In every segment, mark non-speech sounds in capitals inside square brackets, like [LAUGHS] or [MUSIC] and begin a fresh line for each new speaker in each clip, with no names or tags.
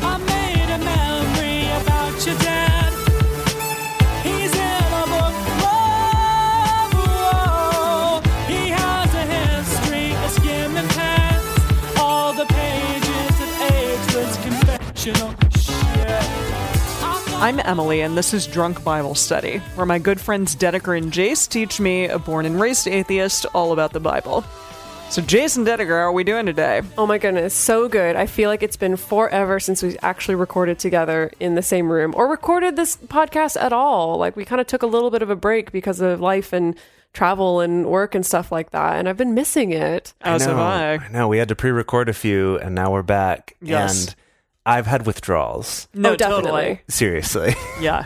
I made a memory about your dad. He's in a book. Whoa, whoa. He has a history of skimming past all the pages of ageless confessional shit.
I'm Emily, and this is Drunk Bible Study, where my good friends Dedeker and Jace teach me, a born and raised atheist, all about the Bible. So, Jace and Dedeker, how are we doing today?
Oh my goodness, so good. I feel like it's been forever since we actually recorded together in the same room or recorded this podcast at all. Like, we kind of took a little bit of a break because of life and travel and work and stuff like that. And I've been missing it.
As have I.
No, we had to pre-record a few, and now we're back.
Yes.
And I've had withdrawals.
No,
oh, definitely.
Seriously. [LAUGHS]
Yeah.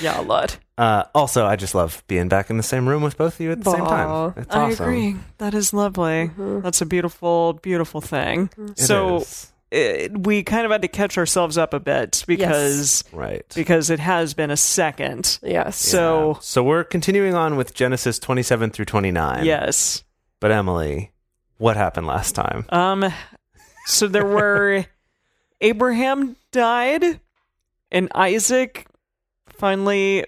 Yeah, a lot.
Uh, also, I just love being back in the same room with both of you at the same time.
Aw,
It's
I
awesome.
agree. That is lovely. That's a beautiful, beautiful thing.
It
so,
is.
it, we kind of had to catch ourselves up a bit because
right.
because it has been a second.
Yes.
So,
So we're continuing on with Genesis 27 through 29.
yes.
But Emily, what happened last time?
Um, so there were Abraham died, and Isaac finally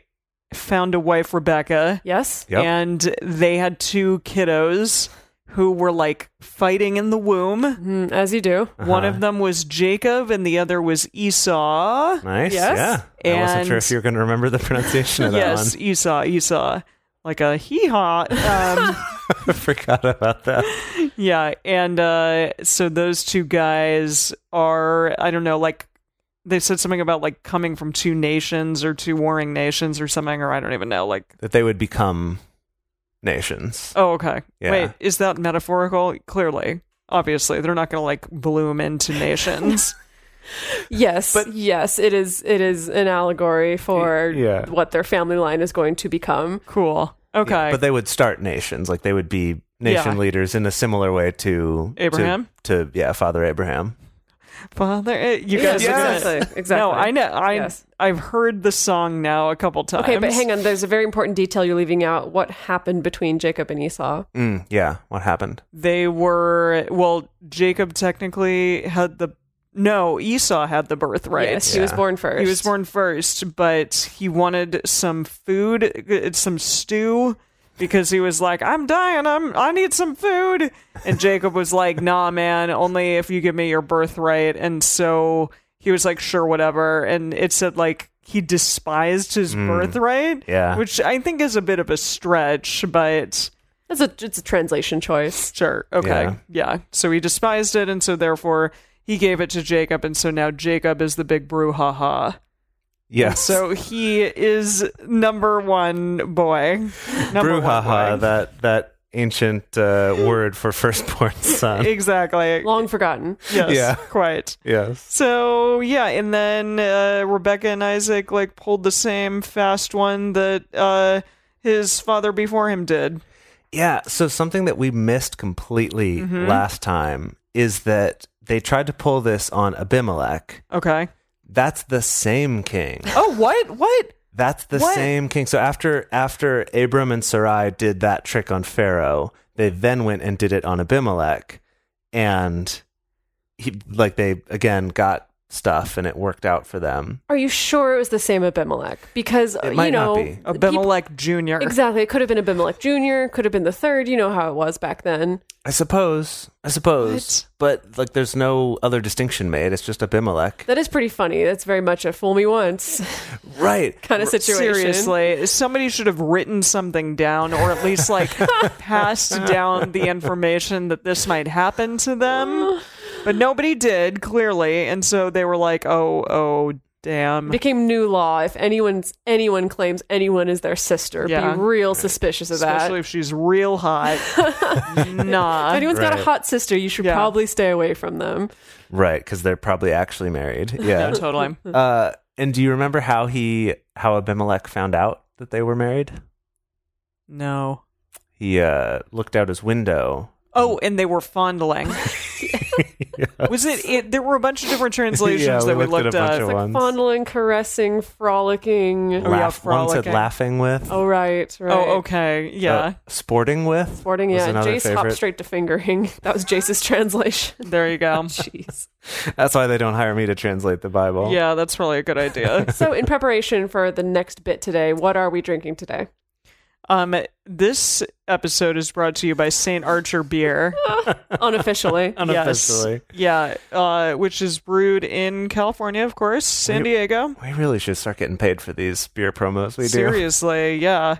found a wife, Rebecca,
yes.
Yep.
and they had two kiddos who were like fighting in the womb.
Mm, as you do.
Uh-huh.
One of them was Jacob, and the other was Esau.
Nice.
Yes.
Yeah. I wasn't sure
And-
if you were going to remember the pronunciation of
[LAUGHS]
that
Yes, Esau, Esau, like a hee haw. Um,
[LAUGHS] one. I forgot about that.
Yeah, and uh, so those two guys are I don't know, like they said something about like coming from two nations or two warring nations or something, or I don't even know. Like,
That they would become nations.
oh, okay,
Yeah.
wait, is that metaphorical? Clearly, obviously, they're not going to like bloom into
[LAUGHS]
nations.
Yes. yes, it is it is an allegory for
Yeah.
what their family line is going to become.
cool. Okay,
Yeah, but they would start nations, like they would be nation
Yeah.
leaders in a similar way to to-
Abraham?
To, yeah, Father Abraham.
father, eh, you guys.
Yes,
are gonna-
exactly. Exactly.
[LAUGHS] No, I know. I
Yes.
I've heard the song now a couple times.
Okay, but hang on. There's a very important detail you're leaving out. What happened between Jacob and Esau?
Mm, yeah, what happened?
They were well. Jacob technically had the no. Esau had the birthright.
Yes, he was
Yeah.
born first.
He was born first, but he wanted some food, uh, some stew, because he was like, "I'm dying. I'm I need some food." And Jacob was like, "Nah, man. Only if you give me your birthright." And so he was like, "Sure, whatever." And it said like he despised his birthright.
Hmm. yeah.
which I think is a bit of a stretch, but.
That's a it's a translation choice.
Sure. Okay.
Yeah.
Yeah. So he despised it, and so therefore he gave it to Jacob, and so now Jacob is the big brouhaha.
Yeah,
So he is number one boy. Number
brouhaha,
one boy.
that that
[LAUGHS]
ancient uh, word for firstborn son.
Exactly.
Long forgotten.
Yes.
[LAUGHS] Yeah.
Quite.
yes.
So yeah, and then uh, Rebecca and Isaac like pulled the same fast one that uh, his father before him did.
Yeah. So something that we missed completely
Mm-hmm.
last time is that they tried to pull this on Abimelech.
Okay.
That's the same king.
[LAUGHS] Oh, what? What?
That's the
What?
same king. So after after Abram and Sarai did that trick on Pharaoh, they then went and did it on Abimelech, and he like they again got stuff and it worked out for them.
Are you sure it was the same Abimelech? Because uh,
might
you
not
know
be.
the people-
Abimelech Jr.
exactly. It could have been Abimelech Junior. Could have been the third. You know how it was back then.
I suppose. I suppose. But like, there's no other distinction made. It's just Abimelech,
That is pretty funny. That's very much a fool me once [LAUGHS]
right?
kind of situation.
Seriously, somebody should have written something down, or at least
[LAUGHS]
like passed down the information that this might happen to them. But nobody did clearly, and so they were like, "Oh, oh, damn."
Became new law. If anyone's anyone claims anyone is their sister,
Yeah.
be real suspicious of that.
Especially if she's real hot. nah.
[LAUGHS] if [LAUGHS] anyone's got
Right.
a hot sister, you should
Yeah.
probably stay away from them.
[LAUGHS]
Right? Because they're probably actually married.
No,
Yeah.
totally.
uh, and do you remember how he how Abimelech found out that they were married?
No.
He uh, looked out
[LAUGHS]
his window.
Oh, and they were fondling. Was it, it? There were a bunch of [LAUGHS] different translations
Yeah, we
that we
looked at a
looked
bunch
up.
of
Like
ones.
fondling, caressing, frolicking.
Oh, yeah,
Laugh, one said
frolicking.
laughing with.
Oh, right, right.
Oh, okay. Yeah.
Uh, sporting with.
Sporting,
was
yeah.
another
Jace
favorite.
hopped straight to fingering. [LAUGHS] That was
[LAUGHS]
Jace's translation.
there you go.
Jeez.
That's why they don't hire me to translate the Bible.
Yeah, that's probably a good idea.
So, in preparation for the next bit today, what are we drinking today?
um, this episode is brought to you by St. Archer Beer. [LAUGHS]
Unofficially.
Unofficially.
Yes. Yeah, uh, which is brewed in California, of course, San Diego.
We really should start getting paid for these beer promos we do.
Seriously, yeah.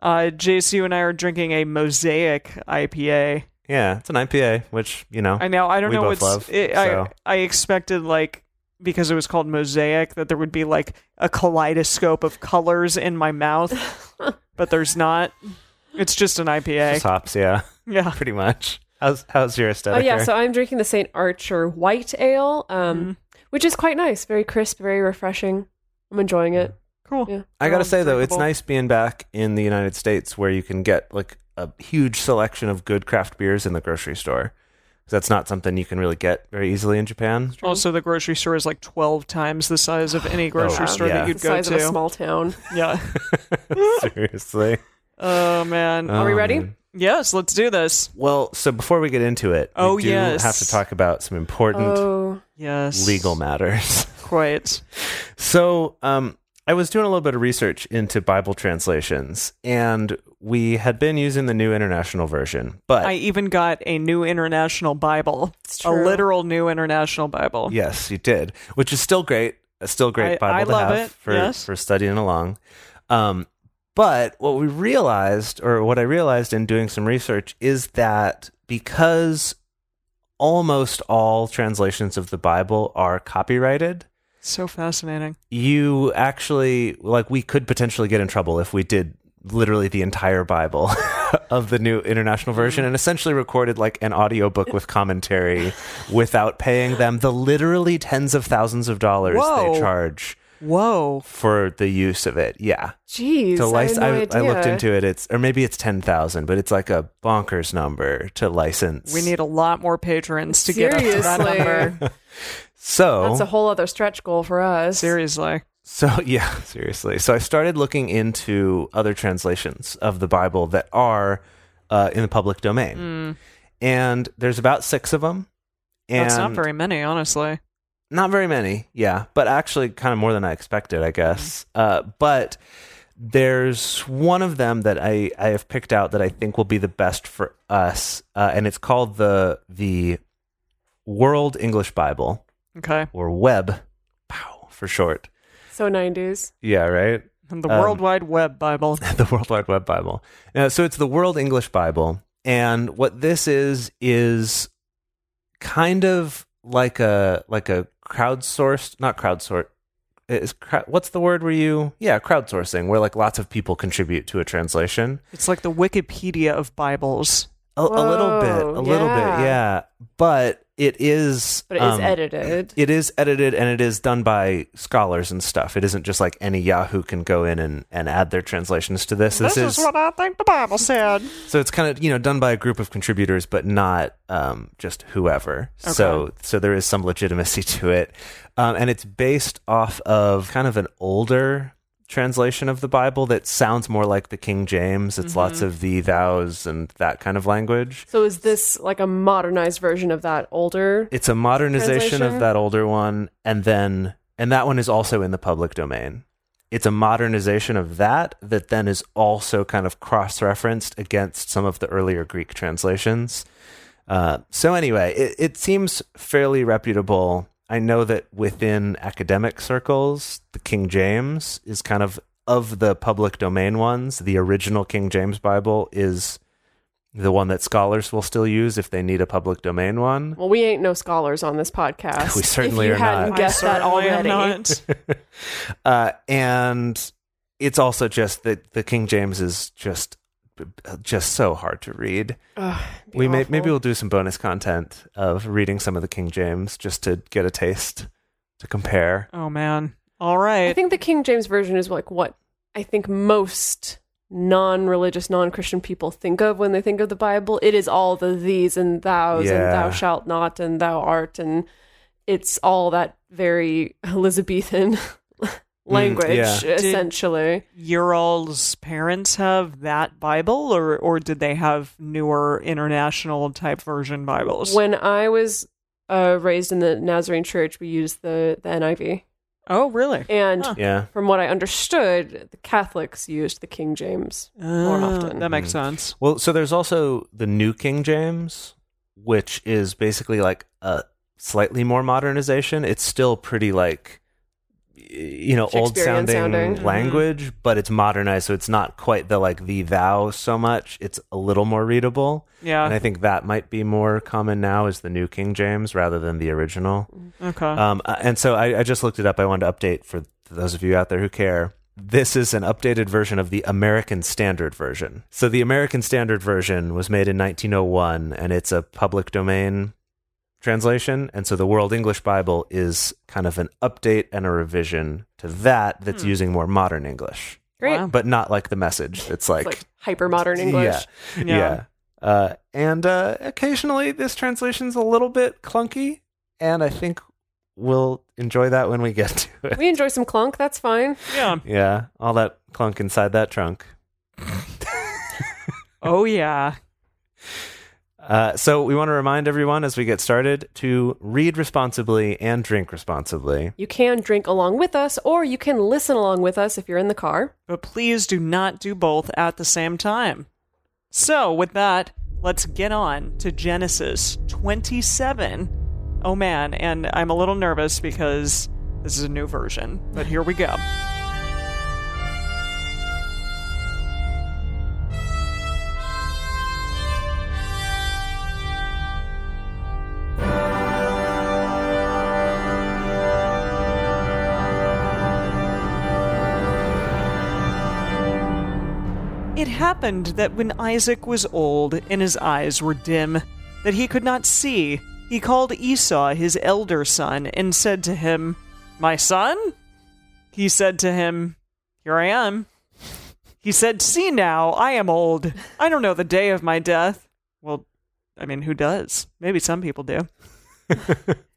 Uh, Jace, you and I are drinking a Mosaic IPA.
Yeah, it's an IPA, which, you know.
I know. I don't
We
know
both
what's.
love,
it,
so.
I I expected like because it was called mosaic that there would be like a kaleidoscope of colors in my mouth, but there's not. It's just an IPA.
Just hops, yeah. [LAUGHS]
yeah.
Pretty much. How's how's your
Oh,
aesthetic?
yeah.
here?
So, I'm drinking the St. Archer White Ale, um,
Mm-hmm.
which is quite nice. Very crisp, very refreshing. I'm enjoying it.
Cool.
Yeah.
I gotta say though, it's
drinkable.
nice being back in the United States where you can get like a huge selection of good craft beers in the grocery store. 'Cause That's not something you can really get very easily in
[LAUGHS]
Japan.
Also, the grocery store is like 12 times the size of any grocery
Oh, Wow.
store
Yeah.
that
The
you'd go
size of a
to.
small
[LAUGHS]
town. [LAUGHS]
yeah.
Seriously.
Oh, man.
Uh.
Are we ready?
Um,
yes, let's do this.
Well, so before we get into it,
Oh,
we do
yes.
have to talk about some important
Oh,
Yes.
legal matters. [LAUGHS]
Quite.
So, um, I was doing a little bit of research into Bible translations, and we had been using the New International Version, but
I even got a new international Bible.
it's
A
true.
literal new international Bible.
yes, you did, which is still great. A still great
I-
Bible
I
to
love
have
it,
for
yes.
for studying along. Um, but what we realized, or what I realized in doing some research, is that because almost all translations of the Bible are copyrighted,
So fascinating.
you actually like we could potentially get in trouble if we did literally the entire bible [LAUGHS] of the new international version and essentially recorded like an audiobook with commentary without paying them the literally tens of thousands of dollars
Whoa.
they charge
Whoa.
for the use of it yeah
Jeez.
to license
I, had no
I, I
idea.
looked into it it's or maybe it's 10,000 but it's like a bonkers number to license
We need a lot more patrons to get up to that
Seriously.
[LAUGHS]
number.
so
That's a whole other stretch goal for us.
Seriously.
So, [LAUGHS] yeah, seriously. So, I started looking into other translations of the Bible that are uh, in the public domain.
Mm.
And there's about six of them. And
That's not very many, honestly.
not very many, yeah, but actually kind of more than I expected, I guess.
Mm-hmm.
Uh, but there's one of them that I, I have picked out that I think will be the best for us, uh, and it's called the the World English Bible
Okay.
or Web, pow for short.
So 90s.
Yeah, right.
And the
Um,
World Wide Web Bible.
[LAUGHS] the World Wide Web Bible. Uh, so it's the World English Bible, and what this is is kind of like a like a crowdsourced, not crowdsourced. Is crowd, what's the word where you yeah crowdsourcing where like lots of people contribute to a translation
It's like the Wikipedia of Bibles.
a, a little bit a
Whoa,
little bit
yeah.
yeah but it is
But it is
um,
edited.
it is edited and it is done by scholars and stuff it isn't just like any Yahoo can go in and, and add their translations to this
This,
this,
is, what I think the Bible said.
So it's kind of you know done by a group of contributors, but not um, just whoever. So so there is some legitimacy [LAUGHS] to it, um, and it's based off of kind of an older translation of the Bible that sounds more like the King James. It's lots of the thous and that kind of language.
So is this like a modernized version of that older?
It's a modernization of
Translation?
that older one, and then and that one is also in the public domain. It's a modernization of that that then is also kind of cross referenced against some of the earlier Greek translations. Uh, so anyway, it, it seems fairly reputable. I know that within academic circles, the King James is kind of of the public domain ones. The original King James Bible is the one that scholars will still use if they need a public domain one.
well, we ain't no scholars on this podcast.
[LAUGHS] We certainly
if you
are
hadn't
not.
guessed that
certainly am
already. [LAUGHS]
not.
uh, and it's also just that the King James is just just so hard to read.
Ugh, it'd be
we may,
awful.
maybe we'll do some bonus content
[LAUGHS]
of reading some of the King James just to get a taste to compare.
oh man, All
I
right.
[LAUGHS] think the King James version is like what I think most non-religious, non-Christian people think of when they think of the Bible. It is all the these and thous and
Yeah.
thou shalt not and thou art and it's all that very [LAUGHS] Elizabethan [LAUGHS]
Mm,
language
yeah.
Did-
essentially.
Your all's parents have that Bible, or or did they have newer international type version Bibles?
When I was uh, raised in the Nazarene Church, we used the, the NIV.
oh, really?
And
Huh.
Yeah.
from what I understood, the Catholics used the King James more
Ah,
often.
That makes sense.
Well, so there's also the New King James, which is basically like a slightly more modernization. It's still pretty like y- you know old
Shakespearean
sounding,
sounding. Mm-hmm.
language, but it's modernized, so it's not quite the like the thou so much. It's a little more readable, and I
Yeah.
think that might be more common now is the New King James rather than the original.
Okay.
Um, uh, and so I, I just looked it up. I wanted to update for those of you out there who care. This is an updated version of the American Standard Version. So the American Standard Version was made in 1901, and it's a public domain translation. And so the World English Bible is kind of an update and a revision to that that's using more modern English,
Great.
Wow.
but not like the message. It's like,
It's like hyper modern English.
Yeah.
Yeah.
yeah. Uh, and uh, occasionally this translation's a little bit clunky, and I think we'll enjoy that when we get [LAUGHS] to it.
We enjoy some clunk, that's fine.
yeah.
Yeah, all that clunk inside that trunk.
Oh yeah.
Uh, so we want to remind everyone as we get started to read responsibly and drink responsibly.
You can drink along with us, or you can listen along with us if you're in the car.
But please do not do both at the same time. So, with that, let's get on to Genesis 27. Oh man, and I'm a little nervous because this is a new version, but here we go. It happened that when Isaac was old and his eyes were dim, that he could not see, he called Esau his elder son and said to him, My son? He said to him, Here I am. He said, See now, I am old. I don't know the day of my death. Well, I mean, who does? Maybe some people do.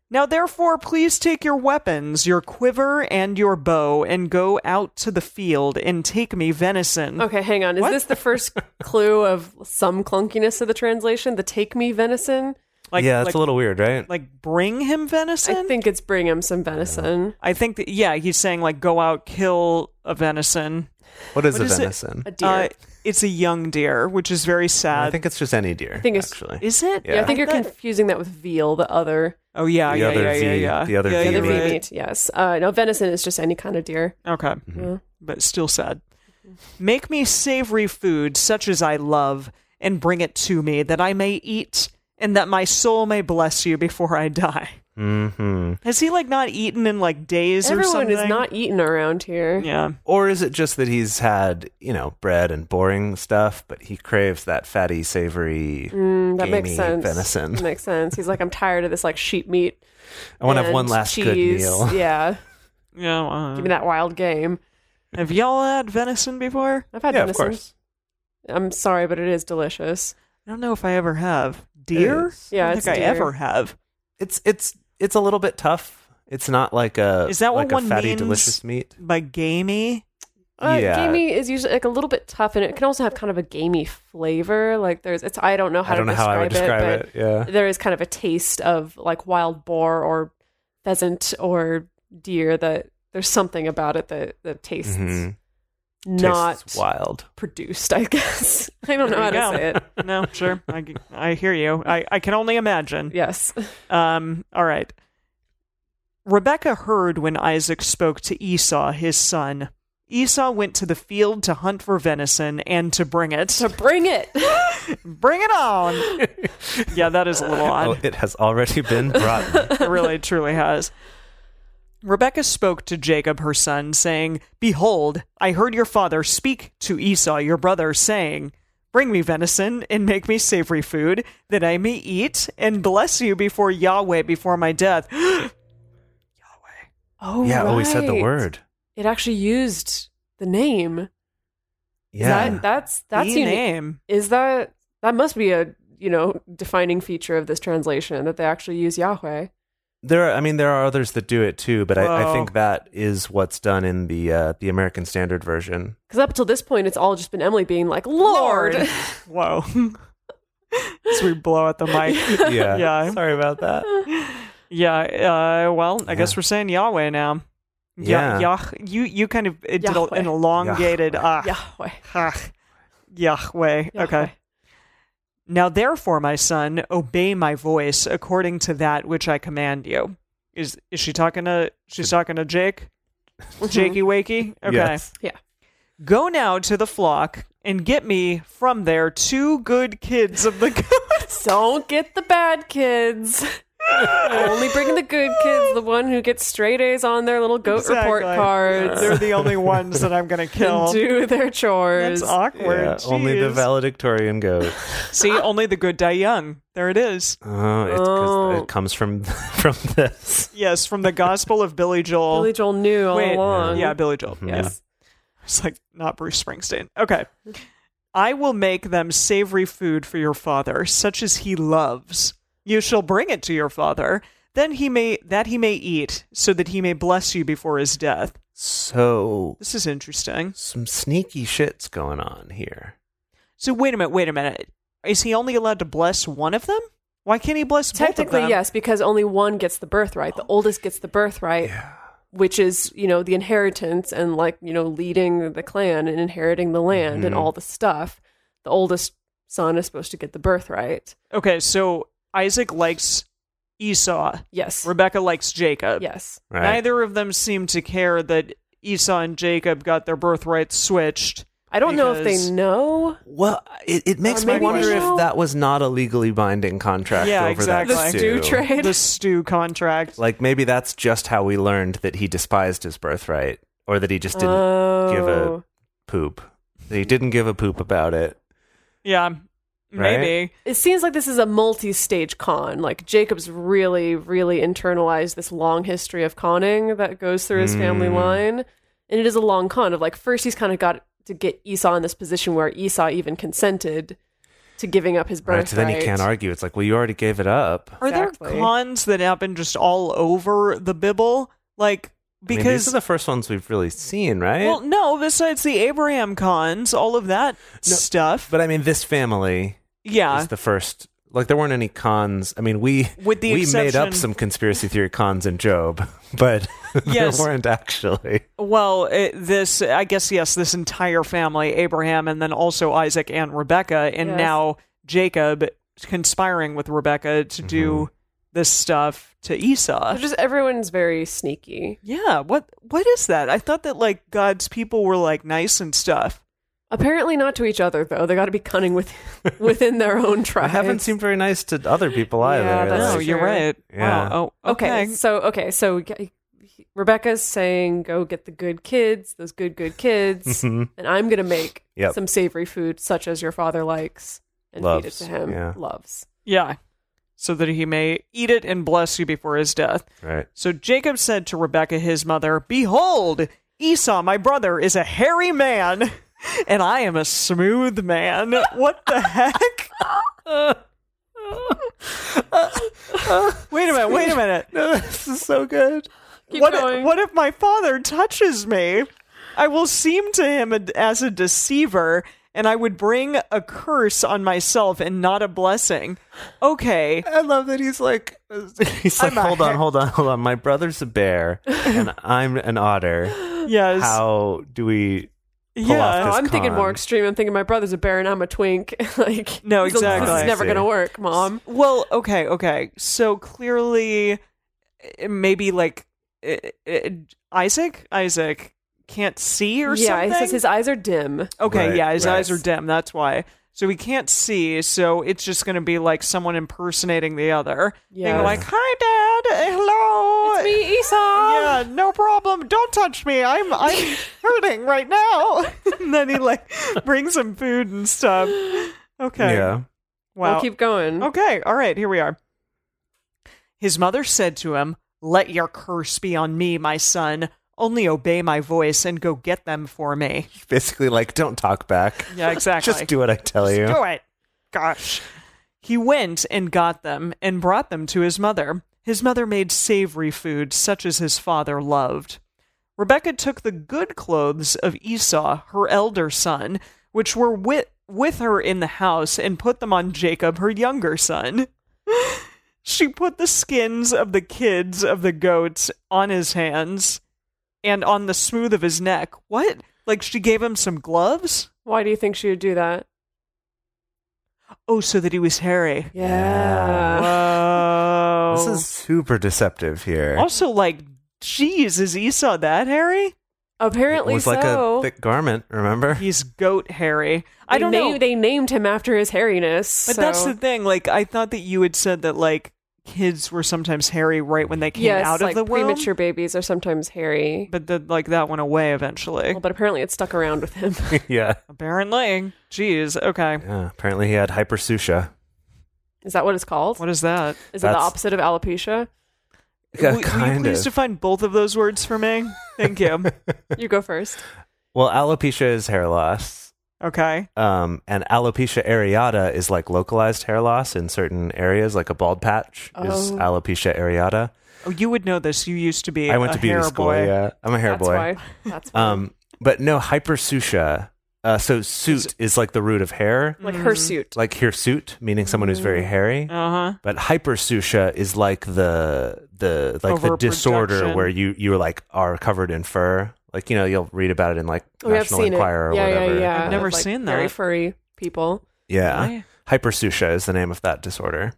Now, therefore, please take your weapons, your quiver, and your bow, and go out to the field and take me venison.
Okay, hang on.
Mm.
Is
What?
this
[LAUGHS]
the first clue of some clunkiness of the translation? The take me venison?
Like,
yeah, that's
like,
a little weird, right?
like bring him venison.
I think it's bring him some venison.
I think that yeah, he's saying like go out kill a venison.
what is
what
a
is it?
venison?
A deer.
Uh, it's a young deer, which is very sad.
I think it's just any deer. I
think
think
it's-
it's, actually.
is it?
Yeah.
yeah, I think you're
thought-
confusing that with veal, the other,
Oh yeah,
The
yeah,
other
yeah, yeah,
V-
yeah.
the other
yeah,
V
the
you're
other
meat. Mm-hmm.
V
right.
meat. Yes. Uh, no, venison is just any kind of deer.
Okay.
Yeah.
but still sad. Make me savory food such as I love, and bring it to me that I may eat, and that my soul may bless you before I die.
hmm
Has he like not eaten in like days or
Everyone
something?
is not eaten around here.
Yeah.
Or is it just that he's had, you know, bread and boring stuff, but he craves that fatty, savory,
Mm, that makes
gamey
sense.
venison?
That [LAUGHS] makes sense. He's like, I'm tired of this like sheep meat.
I want to have
and
one last good
cheese.
meal.
[LAUGHS] Yeah.
Yeah. well,
Give me that wild game.
Have y'all had venison before?
I've had
yeah, of
venison.
course.
I'm sorry, but it is delicious.
I don't know if I ever have. Deer?
is.
I
Yeah,
don't
it's
think I
deer.
ever have.
It's it's it's a little bit tough. It's not like a
Is that what
like
one
a fatty,
means?
delicious meat.
By gamey?
Uh,
Yeah.
Gamey is usually like a little bit tough, and it can also have kind of a gamey flavor. Like there's, it's I don't know how
I don't
to
know how I would
describe
describe
it,
it. Yeah.
but [LAUGHS] there is kind of a taste of like wild boar or pheasant or deer that there's something about it that that tastes
Mhm.
not
Tastes wild.
produced. I guess [LAUGHS] I don't know how
There you go.
to say
[LAUGHS]
it.
No, sure. I, g- I hear you. I, I can only imagine.
Yes, [LAUGHS]
Um, all right. Rebecca heard when Isaac spoke to Esau, his son. Esau went to the field to hunt for venison and to bring it.
to bring it.
Bring it on! [LAUGHS] yeah, that is a little odd.
[LAUGHS] Oh, it has
[LAUGHS]
already been brought. me.
it [LAUGHS] really truly has. Rebecca spoke to Jacob her son, saying, Behold, I heard your father speak to Esau your brother, saying, Bring me venison and make me savory food, that I may [GASPS] eat and bless you before Yahweh before my death. Yahweh.
Oh,
yeah. Oh, he said the
right.
word.
It actually used the name.
Yeah.
That, that's that's
the
unique.
name.
Is that that must be a you know defining feature of this translation that they actually use Yahweh?
there. Are, I mean, there are others that do it too, but I, I
Well-
think that is what's done in the uh, the American
[LAUGHS]
Standard version.
Because up till this point, it's all just been Emily being like, "Lord."
Whoa. [LAUGHS] As we blow at the mic.
[LAUGHS]
yeah.
Yeah.
Sorry about that.
Yeah. Uh, well, I guess
Yeah.
we're saying Yahweh now.
Yeah.
Yah, Yah, you you kind of it did a,
Yahweh.
an elongated ah.
[LAUGHS] Yahweh.
Ha. Yahweh.
Yahweh.
Okay. Now, therefore, my son, obey my voice according to that which I command you. Is is she talking to? She's talking to Jake.
Mm-hmm.
Jakey wakey. Okay.
Yes.
Go now to the flock and get me from there two good kids
[LAUGHS]
of the goats.
Don't get the bad kids. Only bring the good
[LAUGHS]
kids, the one who gets straight A's on their little goat report
Exactly.
cards
They're the only ones that I'm
[LAUGHS]
gonna
and
kill.
do their chores.
That's awkward.
Yeah, only the
Jeez.
valedictorian goat.
See, only the good die young. There it is.
Oh, it's 'cause
Oh.
it comes from [LAUGHS] from this.
Yes,
[LAUGHS]
from the Gospel of Billy Joel.
Billy Joel knew all
Wait,
along.
Yeah, Billy Joel.
Mm-hmm.
Yeah.
Yes.
It's like not Bruce Springsteen. Okay. I will make them savory food for your father, such as he loves. You shall bring it to your father, then he may that he may eat, so that he may bless you before his death.
So
This is interesting.
some sneaky shit's going on here.
So wait a minute, wait a minute. Is he only allowed to bless one of them? Why can't he bless both of
Technically,
them?
yes, because only one gets the birthright. The oldest gets the birthright, which is, you know, the inheritance and like, you know, leading the clan and inheriting the land and
Mhm.
all the stuff. The oldest son is supposed to get the birthright.
Okay, so Isaac likes Esau.
Yes.
Rebecca likes Jacob.
yes.
Right.
Neither of them seem to care that Esau and Jacob got their birthrights switched.
I don't know if
Because-
they know.
Well, it, it makes
Or
me
maybe
wonder
they know.
if that was not a legally binding contract
Yeah,
over
exactly.
that
The
Do
stew.
trade.
The stew contract.
Like maybe that's just how we learned that he despised his birthright or that he just didn't give a
Oh.
poop. That he didn't give a poop about it.
Yeah. Maybe.
It seems like this is a multi-stage con. Like Jacob's really, really internalized this long history of conning that goes through his family
Mm.
line, and it is a long con of like first he's kind of got to get Esau in this position where Esau even consented to giving up his
Right.
birthright.
So then he can't argue. It's like, well, you already gave it up.
Are there
Exactly.
cons that happen just all over the Bible? Like
I mean,
because
these are the first ones we've really seen, right?
well, no, besides the Abraham cons, all of that
No,
stuff.
but I mean, this family
yeah.
is the first. Like there weren't any cons. I mean, we
With the
we made
exception-
up some conspiracy theory cons in Job, [LAUGHS] but
Yes.
there weren't actually.
well, it, this I guess yes, this entire family, Abraham and then also Isaac and Rebecca and
Yes.
now Jacob conspiring with Rebecca to do
Mm-hmm.
this stuff to Esau.
So just everyone's very sneaky.
Yeah, what what is that? I thought that like God's people were like nice and stuff.
Apparently not to each other though. They got to be cunning with [LAUGHS] within their own tribe.
I haven't seemed very nice to other people
Yeah,
either.
that's
No,
like-
you're
true.
right.
Yeah.
Wow. Oh, okay.
Okay, so okay, so g- Rebecca's saying go get the good kids, those good good kids, and I'm gonna make
Mm-hmm. Yep.
some savory food such as your father likes and feed it
Loves,
to him.
yeah.
Loves.
Yeah. So that he may eat it and bless you before his death.
right.
So Jacob said to Rebekah his mother, Behold, Esau, my brother, is a hairy man, [LAUGHS] and I am a smooth man. What the [LAUGHS] heck? wait a minute, wait a minute.
No, [LAUGHS] this is so good.
Keep
what,
going.
what if my father touches me? I will seem to him a- as a deceiver, and I would bring a curse on myself and not a blessing. Okay.
I love that he's like, [LAUGHS] he's like,
I'm a
hold on,
he-
hold on, hold on. My brother's
[LAUGHS]
a bear, and I'm an otter.
Yes.
How do we? pull
yeah.
off
No,
this
I'm thinking
con?
more extreme. I'm thinking my brother's a bear and I'm a twink. [LAUGHS] like
No,
this is- This
exactly.
is never
I see.
gonna work, mom.
Well, okay, okay. So clearly, eh, maybe like eh, eh, Isaac, Isaac can't see or
yeah,
something.
he says his eyes are dim.
okay,
Right,
yeah, his
right.
eyes are dim. That's why. So he can't see. So it's just going to be like someone impersonating the other,
Yeah.
being like, "Hi, Dad. Eh, Hello.
It's me, Esau.
Yeah, no problem. Don't touch me. I'm
[LAUGHS]
I'm hurting right now." [LAUGHS] and then he like brings him food and stuff. Okay.
Yeah.
Wow.
We'll keep going.
Okay, all right, here we are. His mother said to him, Let your curse be on me, my son. Only obey my voice and go get them for me.
Basically, like, don't talk back.
[LAUGHS]
Yeah, exactly.
Just do what I tell you.
Do it. Gosh. He went and got them and brought them to his mother. His mother made savory food, such as his father loved. Rebecca took the good clothes of Esau, her elder son, which were with, with her in the house, and put them on Jacob, her younger son. [LAUGHS] she put the skins of the kids of the goats on his hands and on the smooth of his neck. What? Like she gave him some gloves?
Why do you think she would do that?
Oh, so that he was hairy.
Yeah.
Whoa.
This is super deceptive here.
also like, geez, is Esau that hairy?
Apparently
it was
so.
like a thick garment, remember?
He's goat hairy.
They
I don't
na-
know.
They named him after his hairiness.
but that's
so-
the thing. Like, I thought that you had said that like kids were sometimes hairy right when they came
yes,
out of
like
the womb.
premature babies are sometimes hairy.
But then like that went away eventually.
Well, but apparently it stuck around with him. [LAUGHS]
[LAUGHS] yeah.
Apparently, geez. Okay,
yeah. Apparently, he had hypersucia.
Is that what it's called?
what is that?
Is it the
That's-
opposite of alopecia?
Yeah,
Will- will, you
kind
please
of.
define both of those words for me? Thank
[LAUGHS]
you.
You go first.
Well, alopecia is hair loss.
okay.
Um, and alopecia areata is like localized hair loss in certain areas, like a bald patch is
Oh.
alopecia areata.
Oh, you would know this. You used to be.
I went
a
to beauty
[LAUGHS] hair
school.
Boy.
Yeah, I'm a hair
that's
boy.
why. That's why.
Um, but no, hypersucia. Uh, so suit is like the root of hair,
like hirsute.
like hirsute, meaning someone who's
Mm.
very hairy.
Uh huh.
But hypersucia is like the the like the disorder
Overproduction.
where you you like are covered in fur. Like you know you'll read about it in like
We have
National
seen it.
Enquirer or
Oh, yeah,
whatever.
yeah, yeah.
I've never
Like,
seen
Very
that.
furry people.
Yeah.
Really?
Hypersucia is the name of that disorder.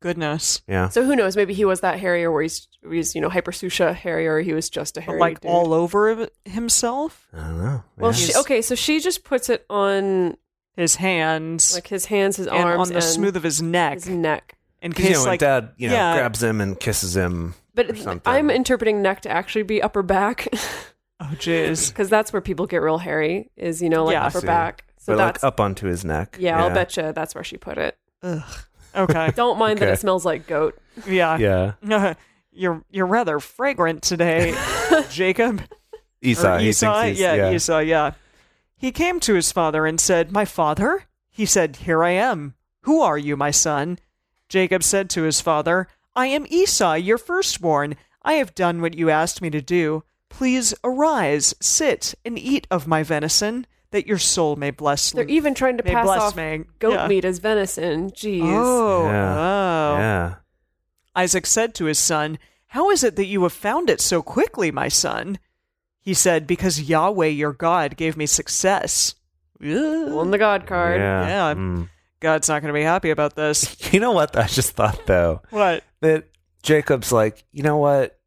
Goodness.
Yeah.
So who knows? Maybe he was that hairy, or he's, he's you know hypersucia hairy, or he was just a hairy.
like
dude.
all over of himself,
I don't know.
Well,
Yeah.
she, okay, so she just puts it on
his hands,
like his hands, his
and
arms,
on the smooth of his neck,
his neck.
in
'Cause, you
case
know, when
like
dad, you know,
yeah.
grabs him and kisses him. or
But
something.
I'm interpreting neck to actually be upper back [LAUGHS]
oh jeez,
because that's where people get real hairy. Is you know like
Yeah. I
upper
see.
back. So
but
that's
like up onto his neck.
yeah, I'll bet you that's where she put it. [LAUGHS]
okay,
Don't mind that
Okay.
it smells like goat.
yeah,
Yeah.
[LAUGHS] you're you're rather fragrant
[LAUGHS]
today, Jacob. Or
Esau. he
Esau?
thinks he's-
yeah, Esau, yeah. He came to his father and said, "My father." He said, "Here I am. Who are you, my son?" Jacob said to his father, "I am Esau, your firstborn. I have done what you asked me to do. Please arise, sit, and eat of my venison, that your soul may bless."
They're even trying to
May
pass
bless
off
Mm. me.
goat
Yeah.
meat as venison. Jeez.
Oh,
Yeah.
oh.
Yeah.
Isaac said to his son, How is it that you have found it so quickly, my son? He said, Because Yahweh your God gave me success.
On the god card.
Yeah.
Yeah.
Mm.
God's not going to be happy about
[LAUGHS]
this.
You know what? I just thought though
What?
that Jacob's like, you know what,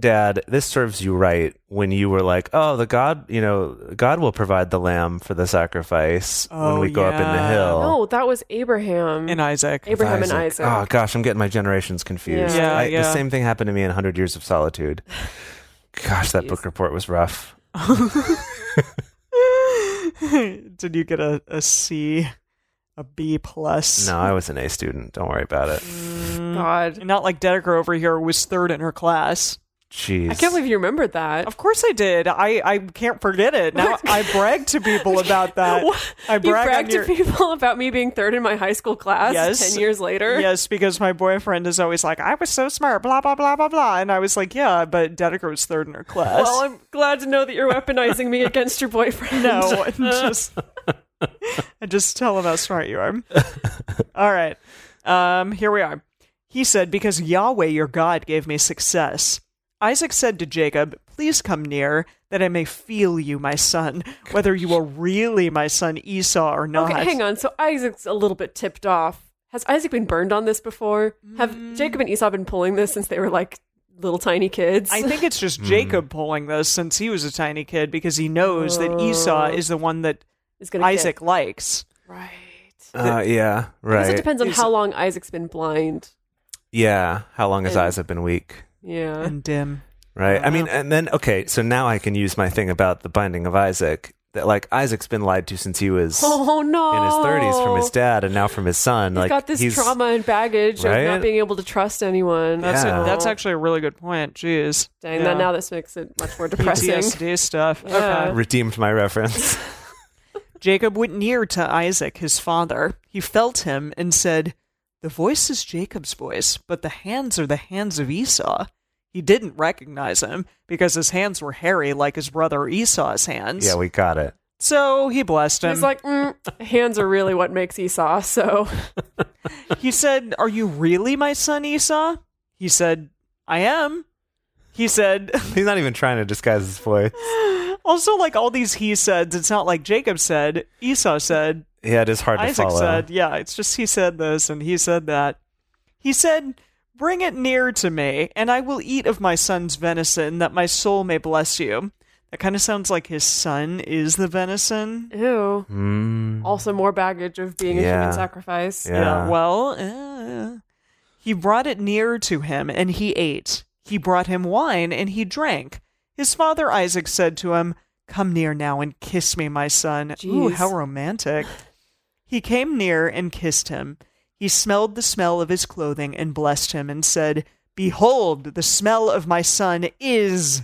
Dad, this serves you right. When you were like, oh, the God, you know, God will provide the lamb for the sacrifice when
Oh,
we go up in the
yeah.
hill.
No, that was Abraham.
And uh, Isaac.
Abraham. and Isaac.
Oh gosh, I'm getting my generations confused.
Yeah.
Yeah,
I, The
yeah.
same thing happened to me in Hundred Years
[LAUGHS]
of Solitude. Gosh, that book report was rough.
[LAUGHS] Did you get a, a C? A B plus?
No, I was an A student. Don't worry about it.
God.
Not like Dedeker over here was third in her class.
Jeez,
I can't believe you remembered that.
Of course I did. I, I can't forget it. Now I brag to people about that.
What?
I brag
you
on
bragged
your-
to people [LAUGHS] about me being third in my high school class
Yes.
10 years [LAUGHS] later.
Yes, because my boyfriend is always like, I was so smart, blah, blah, blah, blah, blah. And I was like, yeah, but Dedeker was third in her class.
Well, I'm glad to know that you're weaponizing me against your
[LAUGHS]
boyfriend. [LAUGHS]
no, I'm just, [LAUGHS] I just tell him how smart
[LAUGHS]
you are. All right. Um, here we are. He said, Because Yahweh your God gave me success. Isaac said to Jacob, Please come near that I may feel you, my son, whether you are really my son Esau or not.
Okay, hang on. So Isaac's a little bit tipped off. Has Isaac been burned on this before?
Mm.
Have Jacob and Esau been pulling this since they were like little tiny kids?
I think it's
Hmm.
just Jacob pulling this since he was a tiny kid because he knows that Esau is the one that
It's Oh. gonna get-
Isaac likes.
right?
Uh, yeah,
Because
right.
it depends on how long Isaac's been blind.
Yeah, how long has
And-
Isaac been weak?
Yeah.
And um, Dim.
Right. I mean, and then okay, so now I can use my thing about the binding of Isaac. that like Isaac's been lied to since he was
[LAUGHS] Oh no!
in his 30s from his dad and now from his son.
Oh. He's
like
got this
he's,
trauma and baggage of
Right?
not being able to trust anyone.
That's,
Yeah.
a, that's actually a really good point. Jeez.
Dang,
Yeah.
that now this makes it much more depressing.
PTSD stuff.
Yeah.
Okay.
Redeemed my reference.
[LAUGHS]
Jacob went near to Isaac, his father. He felt him and said, The voice is Jacob's voice, but the hands are the hands of Esau. He didn't recognize him because his hands were hairy like his brother Esau's hands.
yeah, we got it.
so he blessed him.
He's like, mm, hands are really what makes Esau. So [LAUGHS]
he said, Are you really my son Esau? He said, I am. He said, [LAUGHS]
He's not even trying to disguise his voice.
also, like all these he said, it's not like Jacob said, Esau said,
He had his hard to
Isaac
follow.
said, yeah, it's just he said this and he said that. He said, Bring it near to me, and I will eat of my son's venison, that my soul may bless you. That kind of sounds like his son is the venison.
ew.
Mm,
Also, more baggage of being a
Yeah.
human sacrifice.
Yeah.
well, uh, he brought it near to him, and he ate. He brought him wine, and he drank. His father Isaac said to him, Come near now and kiss me, my son. Ooh,
Jeez.
how romantic. He came near and kissed him. He smelled the smell of his clothing and blessed him and said, Behold, the smell of my son is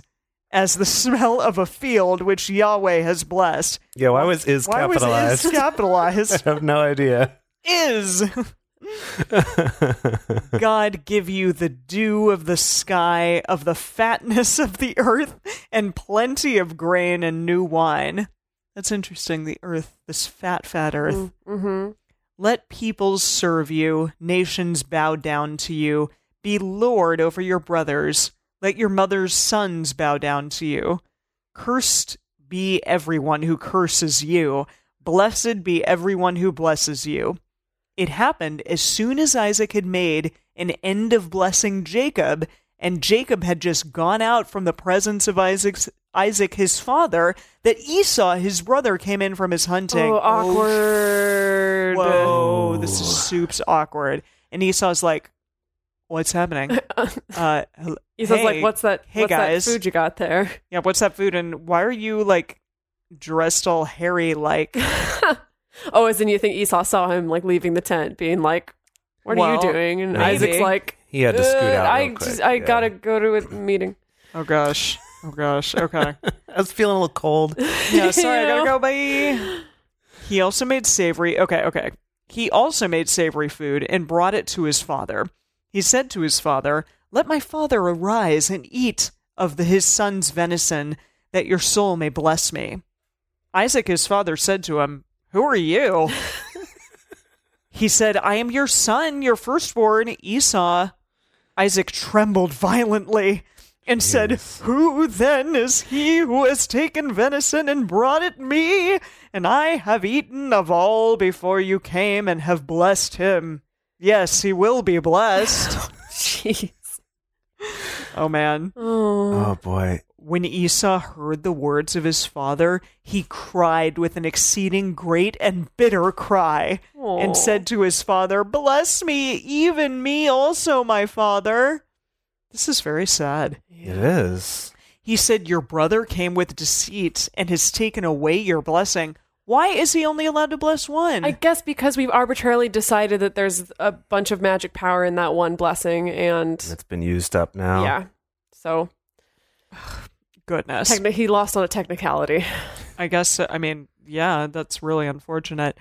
as the smell of a field which Yahweh has blessed.
yeah, why was is
Why was
[LAUGHS]
capitalized? [LAUGHS]
is capitalized?
I have no idea.
is. God give you the dew of the sky, of the fatness of the earth, and plenty of grain and new wine. That's interesting, the earth, this fat, fat earth.
Mm-hmm.
Let peoples serve you, nations bow down to you, be lord over your brothers, let your mother's sons bow down to you. Cursed be everyone who curses you, blessed be everyone who blesses you. It happened as soon as Isaac had made an end of blessing Jacob, and Jacob had just gone out from the presence of Isaac's Isaac his father, that Esau his brother came in from his hunting.
Oh, awkward.
Whoa, this is soups awkward. And Esau's like, "What's
[LAUGHS]
happening?" Uh, hel-
Esau's
hey,
like, what's that?
Hey
what's
guys,
that food you got there? [LAUGHS]
yeah, what's that food? And why are you like dressed all hairy?
[LAUGHS]
Like,
Oh, as in you think Esau saw him like leaving the tent, being like, "What
Well,
are you doing?" And
maybe.
Isaac's like,
He had to scoot
"Uh,
out.
I
real quick.
just, I
Yeah.
gotta go to a meeting. [LAUGHS]
oh gosh, oh gosh, okay.
I was feeling a
[LAUGHS]
little cold.
[LAUGHS] yeah, sorry, I gotta go. Bye. He also made savory. Okay, okay. He also made savory food and brought it to his father. He said to his father, Let my father arise and eat of the, his son's venison, that your soul may bless me. Isaac, his father, said to him, Who are [LAUGHS] you? he said, I am your son, your firstborn, Esau. Isaac trembled violently and said, Who then is he who has taken venison and brought it me? And I have eaten of all before you came and have blessed him. Yes, he will be blessed.
Jeez.
oh man.
Oh.
Oh boy.
When Esau heard the words of his father, he cried with an exceeding great and bitter cry,
Aw.
and said to his father, Bless me, even me also, my father. This is very sad.
It is.
He said, Your brother came with deceit and has taken away your blessing. Why is he only allowed to bless one?
I guess because we've arbitrarily decided that there's a bunch of magic power in that one blessing, and
It's been used up now.
yeah, so
Goodness.
techni- he lost on a technicality.
I guess, uh, I mean, yeah, that's really unfortunate.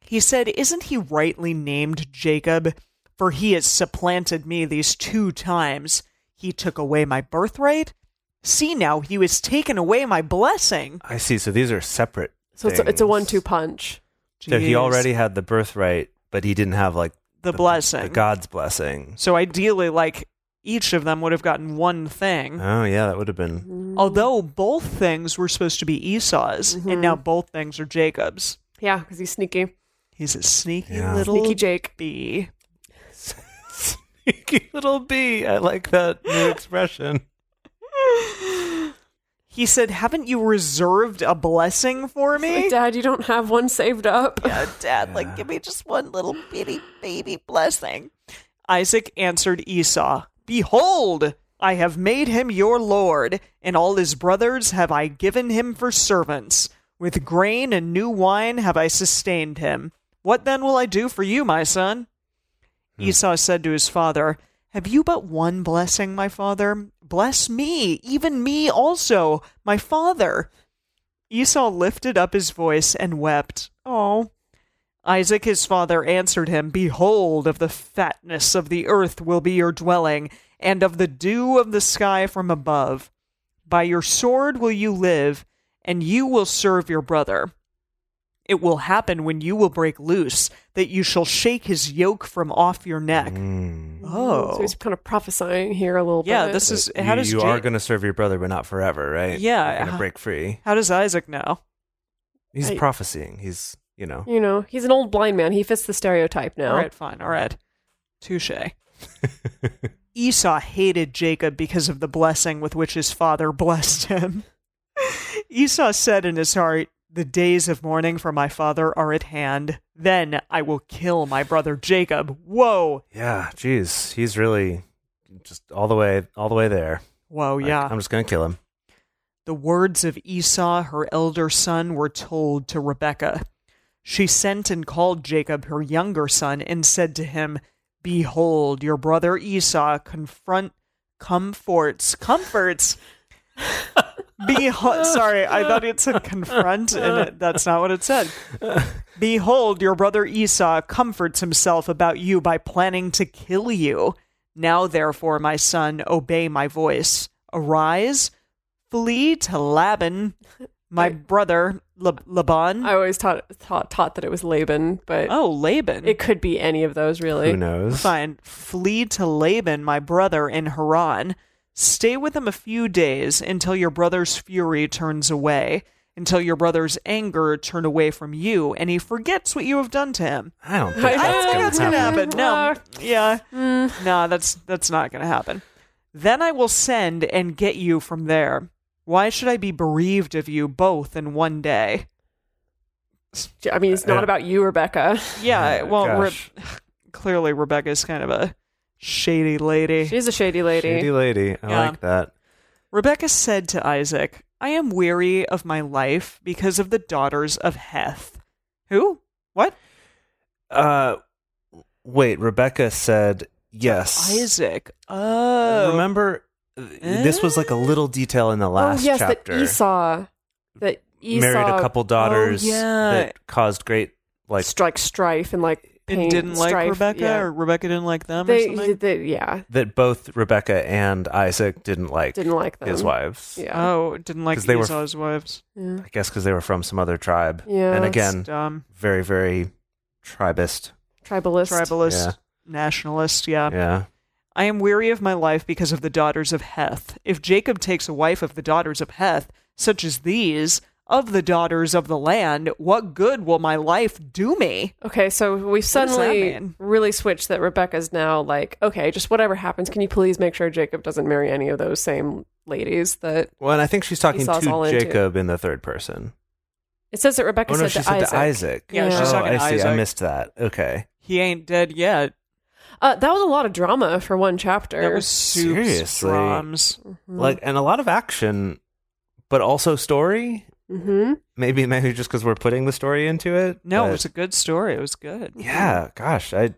He said, Isn't he rightly named Jacob? For he has supplanted me these two times. He took away my birthright. See now, he has taken away my blessing.
I see. So these are separate.
So it's a, it's a
things.
one-two punch.
So he
Jeez.
already had the birthright, but he didn't have like
The blessing.
the God's blessing.
So ideally, like, each of them would have gotten one
Mm-hmm.
thing.
Oh yeah, that would have [LAUGHS] been.
Although both things were supposed to be Esau's, and now both things are Jacob's.
Yeah, because he's sneaky,
He's a sneaky
Yeah.
little
sneaky Jake.
bee.
Sneaky little bee. I like
[LAUGHS]
that new expression.
He said, "Haven't you reserved a blessing for me?"
[LAUGHS] Like, Dad, you don't have one saved up.
[LAUGHS] Yeah, Dad, like, give me just one little bitty baby blessing. Isaac answered Esau, Behold, I have made him your lord, and all his brothers have I given him for servants. With grain and new wine have I sustained him. What then will I do for you, my son? Esau said to his father, Have you but one blessing, my father? Bless me, even me also, my father. Esau lifted up his voice and wept. Oh. Isaac his father answered him, Behold, of the fatness of the earth will be your dwelling, and of the dew of the sky from above. By your sword will you live, and you will serve your brother. It will happen when you will break loose that you shall shake his yoke from off your neck.
Mm.
Oh,
[LAUGHS] So he's kind of prophesying here a little
yeah.
bit.
This is
you
how does
you are
Jake-
going to serve your brother, but not forever, right?
Yeah,
You're going
uh-huh.
uh,
to break free.
how does Isaac know?
He's
I-
prophesying. He's, you know.
you know, he's an old blind man. He fits the stereotype now.
All right, fine. All right.
[LAUGHS]
Touche. Esau hated Jacob because of the blessing with which his father blessed him. [LAUGHS] Esau said in his heart, The days of mourning for my father are at hand. Then I will kill my brother Jacob. Whoa.
Yeah, geez. He's really just all the way all the way there.
Whoa,
Like,
Oh, yeah.
I'm just going to kill him.
The words of Esau, her elder son, were told to Rebekah. She sent and called Jacob, her younger son, and said to him, Behold, your brother Esau confront comforts comforts. Behold, sorry, I thought it said confront, and it- that's not what it said. Behold, your brother Esau comforts himself about you by planning to kill you. Now, therefore, my son, obey my voice. Arise, flee to Laban, my
I-
brother La- Laban.
I always taught, taught taught that it was Laban, but
oh, Laban.
it could be any of those really.
Who knows?
Fine. Flee to Laban, my brother, in Haran. Stay with him a few days until your brother's fury turns away, until your brother's anger turn away from you, and he forgets what you have done to him.
I don't think
I
[LAUGHS] I don't
that's
think
going
that's
to
gonna happen.
happen.
Mm. No, yeah,
Uh,
no, that's that's not gonna happen. Then I will send and get you from there. Why should I be bereaved of you both in one day?
I mean, it's not
Yeah.
about
[LAUGHS]
you, Rebecca. [LAUGHS]
Yeah,
Oh,
well, Re-
gosh.
clearly Rebecca's kind of a shady lady.
She's a shady lady.
Shady lady. I
Yeah.
like that.
Rebecca said to Isaac, I am weary of my life because of the daughters of Heth. Who? What?
Uh wait, Rebecca said yes.
Isaac. Oh.
Remember uh, this was like a little detail in the
Oh
last
yes,
chapter.
that Esau, that Esau
married a couple daughters
Oh, yeah.
that caused great like
strike strife and like pain,
And didn't like
strife,
Rebecca,
yeah.
or Rebecca didn't like them, or
they,
something?
they, yeah,
that both Rebecca and Isaac didn't like
didn't like them.
his wives.
Yeah.
Oh, didn't like
'Cause they were-
Esau's wives.
yeah.
I guess because they were from some other tribe.
Yeah.
And
That's
again,
Dumb.
very, very tribist.
Tribalist.
Tribalist.
Yeah.
Nationalist, yeah.
Yeah.
I am weary of my life because of the daughters of Heth. If Jacob takes a wife of the daughters of Heth, such as these, of the daughters of the land, what good will my life do me?
Okay, so we
that
suddenly
mean?
really switched that Rebecca's now like, okay, just whatever happens, can you please make sure Jacob doesn't marry any of those same ladies that
Well, and I think she's talking
Esau's all
to
into it.
Jacob in the third person.
it says that Rebecca
oh, no,
said, to,
she said
Isaac.
to Isaac.
Yeah, she's
oh,
talking
I
to
see. I
Isaac.
missed that. Okay.
He ain't dead yet.
Uh, that was a lot of drama for one chapter.
That was super
Seriously?
Strom's.
Like, and a lot of action, but also story.
hmm
Maybe, maybe just because we're putting the story into it.
No,
but-
it was a good story. It was good.
Mm-hmm.
Yeah, gosh, I,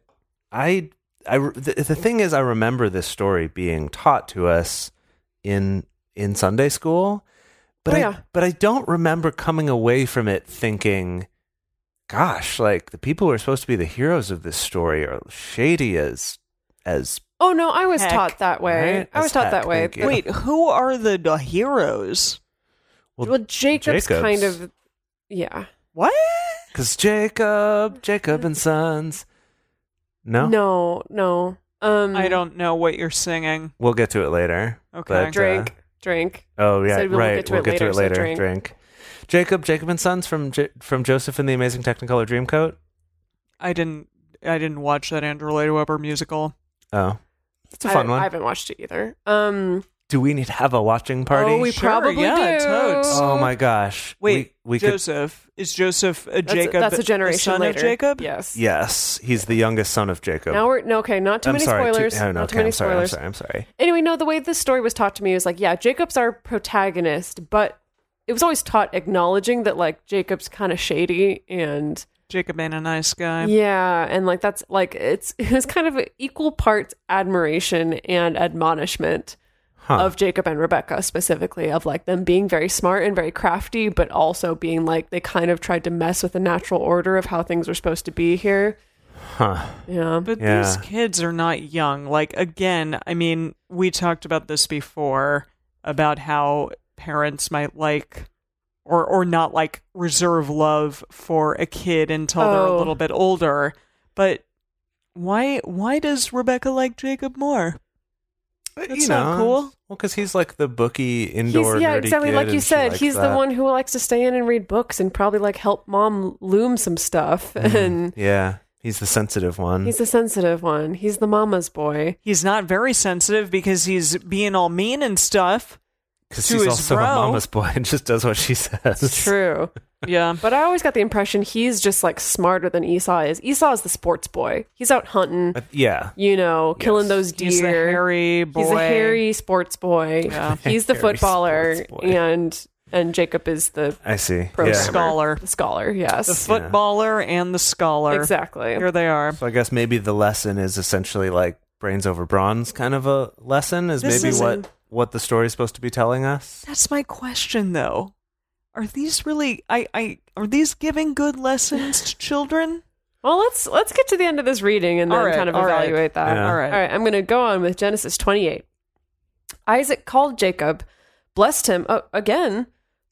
I, I. The, the thing is, I remember this story being taught to us in in Sunday school, but
Oh,
I,
yeah.
but I don't remember coming away from it thinking, "Gosh, like the people who are supposed to be the heroes of this story are shady as as."
Oh no, I was
Heck.
taught that way.
Right?
I was
As
taught
heck,
that way.
thank you.
But-
Wait, who are the, the heroes?
Well, Jacob's,
Jacob's.
kind of, yeah.
What?
Because Jacob,
[LAUGHS]
Jacob and Sons. No,
No, no. Um,
I don't know what you're singing.
we'll get to it later.
Okay.
but, uh,
drink. drink.
Oh yeah,
Said we'll
right.
get to
we'll
it
get to
later,
it
so
later.
drink.
drink. Jacob, Jacob and Sons from J- from Joseph and the Amazing Technicolor Dreamcoat.
I didn't. I didn't watch that Andrew Lloyd Webber musical.
Oh, it's a
I-
fun one.
I haven't watched it either. Um,
Do we need to have a watching party?
Oh, we
Sure,
probably
yeah,
do.
totes.
Oh, my gosh.
Wait,
we, we could.
Joseph is Joseph a
That's,
Jacob?
that's a
the
generation
son
later.
of Jacob.
Yes.
Yes, he's the youngest son of Jacob.
Now we're no okay. Not too
I'm
many
sorry.
spoilers.
Too, oh, no,
not too
okay,
many
I'm sorry.
spoilers.
I'm sorry. I'm sorry.
Anyway, no. The way this story was taught to me was like, yeah, Jacob's our protagonist, but it was always taught acknowledging that like Jacob's kind of shady and
Jacob ain't a nice guy.
yeah, and like that's like it's [LAUGHS] it was kind of equal parts admiration and admonishment
Huh.
of Jacob and Rebecca specifically of like them being very smart and very crafty, but also being like they kind of tried to mess with the natural order of how things were supposed to be here.
huh.
Yeah.
But these
Yeah.
kids are not young. Like, again, I mean, we talked about this before about how parents might like or, or not like reserve love for a kid until they're a
Oh.
little bit older. But why why does Rebecca like Jacob more? That's
Uh, you
not
know,
cool.
Well, because he's like the bookie indoor.
He's, yeah,
nerdy
exactly.
kid,
Like you
and she
said,
likes
he's the
that.
one who likes to stay in and read books and probably like help mom loom some stuff. [LAUGHS]
Mm-hmm.
And
Yeah, he's the sensitive one.
he's the sensitive one. He's the mama's boy.
He's not very sensitive because he's being all mean and stuff.
Because
to
she's
his
also
bro.
a mama's boy and just does what she says.
It's true.
Yeah.
But I always got the impression he's just like smarter than Esau is. Esau is the sports boy. He's out hunting,
Uh, yeah.
you know, killing
Yes.
those deer.
He's the hairy boy.
He's a hairy sports boy.
[LAUGHS]
Yeah.
He's the
Hairy
footballer,
sports boy.
and and Jacob is the
I see.
pro
yeah.
Scott. Scholar.
The scholar,
the
yes,
footballer and the scholar.
exactly.
Here they are.
So I guess maybe the lesson is essentially like brains over bronze kind of a lesson is
This
maybe
is
what
an-
what the story's supposed to be telling us.
That's my question, though. Are these really? I, I are these giving good lessons to
[SIGHS]
children?
Well, let's let's get to the end of this reading and then
All right,
kind of
all right.
evaluate that.
Yeah.
All
All
right.
right, I'm going to go on with Genesis 28. Isaac called Jacob, blessed him oh, again.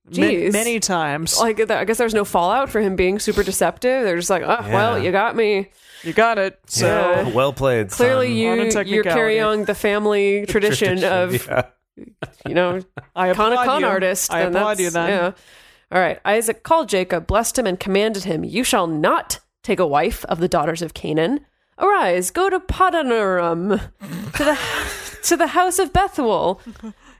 Ma-
Jeez. Oh,
many times.
Like th- I guess there's no fallout for him being super deceptive. They're just like, oh,
Yeah.
well, you got me.
you got it. So
Yeah.
well played.
Clearly,
son.
On a
you you're
technicality.
carrying on the
[LAUGHS]
family tradition, of
yeah.
you know
I
con
applaud
a con
you.
artist.
I
then
applaud
that's-
you then.
Yeah. All right. Isaac called Jacob, blessed him, and commanded him, You shall not take a wife of the daughters of Canaan. Arise, go to Padanaram, to the [LAUGHS] to the house of Bethuel,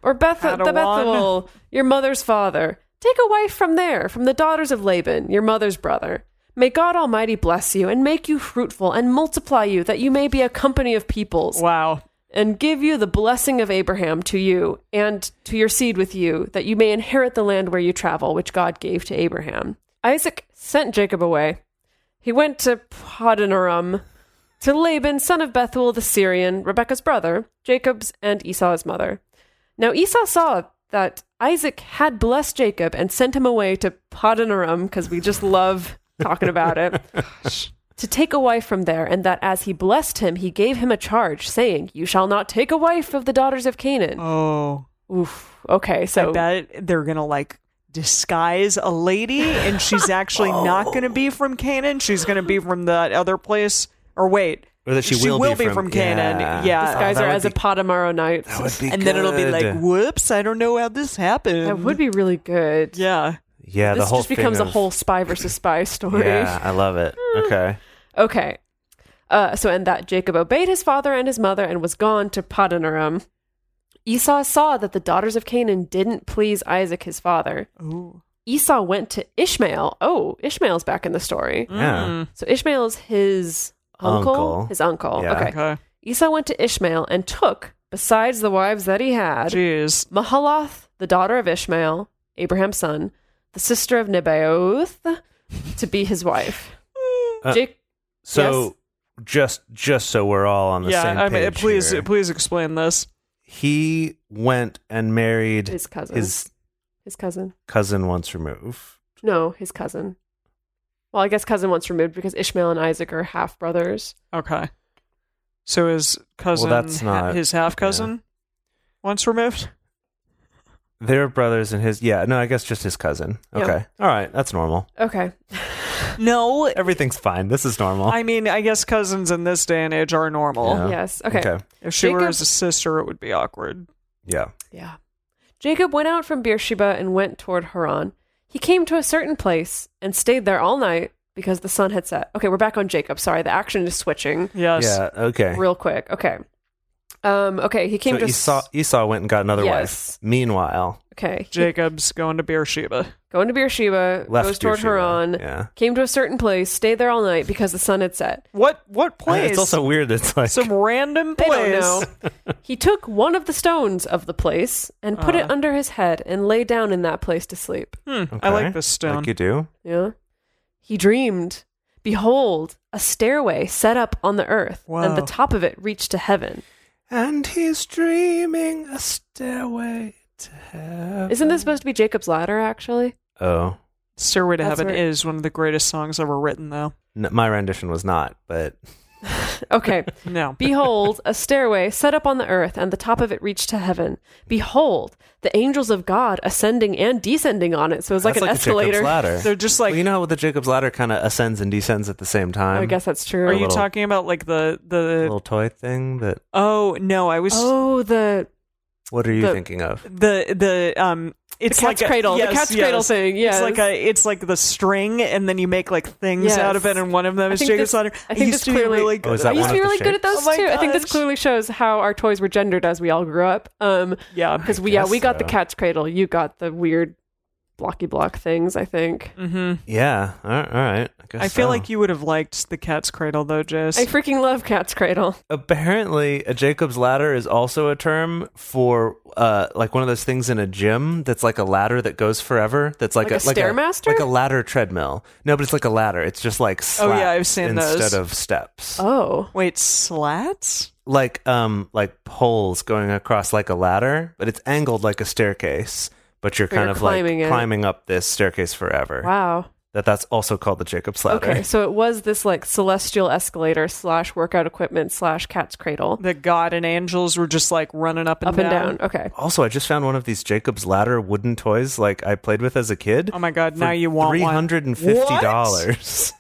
or Beth the
Padawan.
Bethuel, your mother's father. Take a wife from there, from the daughters of Laban, your mother's brother. May God Almighty bless you and make you fruitful and multiply you, that you may be a company of peoples
Wow.
and give you the blessing of Abraham to you and to your seed with you, that you may inherit the land where you travel, which God gave to Abraham. Isaac sent Jacob away. He went to Padanaram to Laban, son of Bethuel the Syrian, Rebekah's brother, Jacob's and Esau's mother. Now Esau saw that Isaac had blessed Jacob and sent him away to Padanaram, because we just love talking about
[LAUGHS]
it to take a wife from there, and that as he blessed him, he gave him a charge, saying, You shall not take a wife of the daughters of Canaan.
Oh,
Oof. Okay,
so
so
I bet they're gonna like disguise a lady, and
[LAUGHS]
she's actually not gonna
Oh.
be from Canaan. She's gonna be from that other place. Or wait,
Or that she,
will, be from, Canaan. Yeah.
these guys
Oh, that
are
would
as a
be-
Potamaro
That would be
and then it'll be
good.
like, whoops, I don't know how this happened.
That would be really good.
Yeah.
yeah, the
this
whole
just becomes
thing
a
of-
whole spy versus spy story. Mm.
Yeah, I love it. Okay.
Okay. Uh, so, and that Jacob obeyed his father and his mother and was gone to Padanaram. Esau saw that the daughters of Canaan didn't please Isaac his father.
Ooh.
Esau went to Ishmael. Oh, Ishmael's back in the story.
Yeah.
So Ishmael's his uncle.
Uncle.
His uncle.
Yeah.
Okay.
Okay.
Esau went to Ishmael and took, besides the wives that he had,
Jeez.
Mahalath, the daughter of Ishmael, Abraham's son, the sister of Nebaioth, to be his wife.
Uh,
Jake,
So just just so we're all on the
yeah,
same
I
page.
mean, please,
here.
please explain this.
he went and married
his cousin.
his
his cousin.
cousin once removed.
No, his cousin. Well, I guess cousin once removed because Ishmael and Isaac are half brothers.
Okay. So his cousin,
that's
ha-
not-
his half cousin, once
[LAUGHS]
removed.
They were brothers and his yeah, no, I guess just his cousin.
Yeah.
Okay. All right, that's normal.
Okay.
No,
Everything's fine. This is normal.
I mean, I guess cousins in this day and age are normal.
Yeah.
Yes. Okay.
If she were
Jacob-
his sister, it would be awkward.
Yeah.
Yeah. Jacob went out from Beersheba and went toward Haran. He came to a certain place and stayed there all night because the sun had set. Okay, we're back on Jacob. Sorry, the action is switching
Yes.
Yeah, okay.
real quick. Okay. Um, okay, he came
So
to
Esau, Esau went and got another
Yes.
wife. Meanwhile,
Okay. He-
Jacob's going to Beersheba.
going to Beersheba,
Left
goes toward
Beersheba,
Haran,
yeah.
came to a certain place, stayed there all night because the sun had set.
What what place?
Uh, It's also weird. It's like
some random
They
place.
don't know. he took one of the stones of the place and put it under his head and lay down in that place to sleep.
Hmm, I like
Okay,
this stone.
Like you do.
Yeah. He dreamed, behold, a stairway set up on the earth, and the
Wow.
top of it reached to heaven.
And he's dreaming a stairway to heaven.
Isn't this supposed to be Jacob's ladder, actually?
Oh,
Stairway to
That's
Heaven
right.
is one of the greatest songs ever written, though.
N- my rendition was not, but
[LAUGHS] Okay.
No.
Behold, a stairway set up on the earth, and the top of it reached to heaven. Behold, the angels of God ascending and descending on it. So it was like
that's
an
like A
escalator.
Jacob's ladder.
They're just like.
Well, you know how the Jacob's ladder kind of ascends and descends at the same time.
I guess that's true.
are you
little-
talking about like the
a
the?
little toy thing that.
Oh no, I was
oh, the,
What are you
The-
thinking of?
the the um. It's
cat's
like a,
cradle, the
yes,
cat's
yes.
cradle thing, yes.
it's like a it's like the string, and then you make like things
Yes.
out of it, and one of them
I
is
think
Jacob's
this-
ladder.
I think
used
this
to be
clearly-
really
Oh,
good.
is
I
that
used
one
to be
of the
really good at
shapes?
those
Oh my
too. I think this
gosh.
clearly shows how our toys were gendered as we all grew up. Um,
yeah.
because we yeah
guess
we got the
so.
cat's cradle, you got the weird blocky block things. I think
Mm-hmm.
Yeah. All right. All right. I, guess
I feel
so.
like you would have liked the cat's cradle though, Jess.
I freaking love cat's cradle.
Apparently, a Jacob's ladder is also a term for uh, like one of those things in a gym that's like a ladder that goes forever. That's like,
Like a stairmaster?
like a ladder treadmill. No, but it's like a ladder. It's just like
Oh, yeah,
slats
I've seen those.
instead of steps,
Oh,
Wait, slats?
like um like poles going across like a ladder, but it's angled like a staircase. But you're
But you're
kind of
climbing it.
like climbing up this staircase forever.
wow.
That that's also called the Jacob's ladder.
Okay, so it was this like celestial escalator slash workout equipment slash cat's cradle
That God and angels were just like running up and
up and down. Okay,
Also, I just found one of these Jacob's Ladder wooden toys like I played with as a kid.
Oh my god,
for
now you want one.
three hundred and fifty dollars.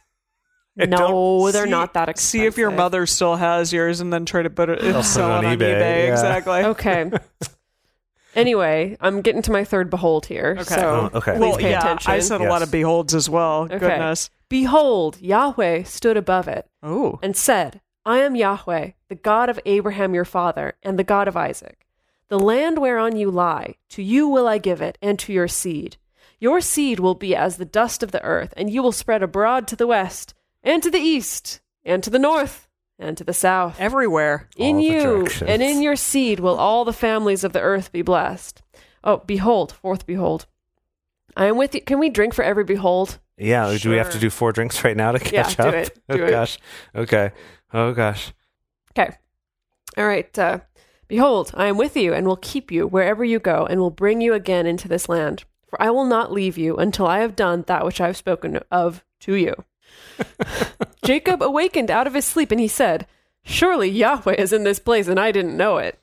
no, they're
See-
not that expensive.
See if your mother still has yours and then try to put it, sell
on
it on eBay.
eBay, yeah.
Exactly.
[LAUGHS]
Okay. anyway, I'm getting to my third behold here.
Okay.
So
Oh, okay.
please
Well,
pay
yeah,
attention.
I said a
Yes.
lot of beholds as well.
Okay.
Goodness.
Behold, Yahweh stood above it.
Oh.
and said, I am Yahweh, the God of Abraham your father, and the God of Isaac. The land whereon you lie, to you will I give it, and to your seed. Your seed will be as the dust of the earth, and you will spread abroad to the west, and to the east, and to the north, and to the south.
Everywhere.
In
All the
you
directions.
and in your seed will all the families of the earth be blessed. Oh, behold, fourth behold. I am with you. Can we drink for every behold?
[LAUGHS] Yeah. Do we have to
Sure.
do four drinks right now to
Yeah,
catch
do
up?
it, do
[LAUGHS] oh
it.
gosh. Okay. Oh gosh.
Okay. All right. Uh, Behold, I am with you and will keep you wherever you go and will bring you again into this land. For I will not leave you until I have done that which I have spoken of to you. [LAUGHS] Jacob awakened out of his sleep and he said, Surely Yahweh is in this place and I didn't know it.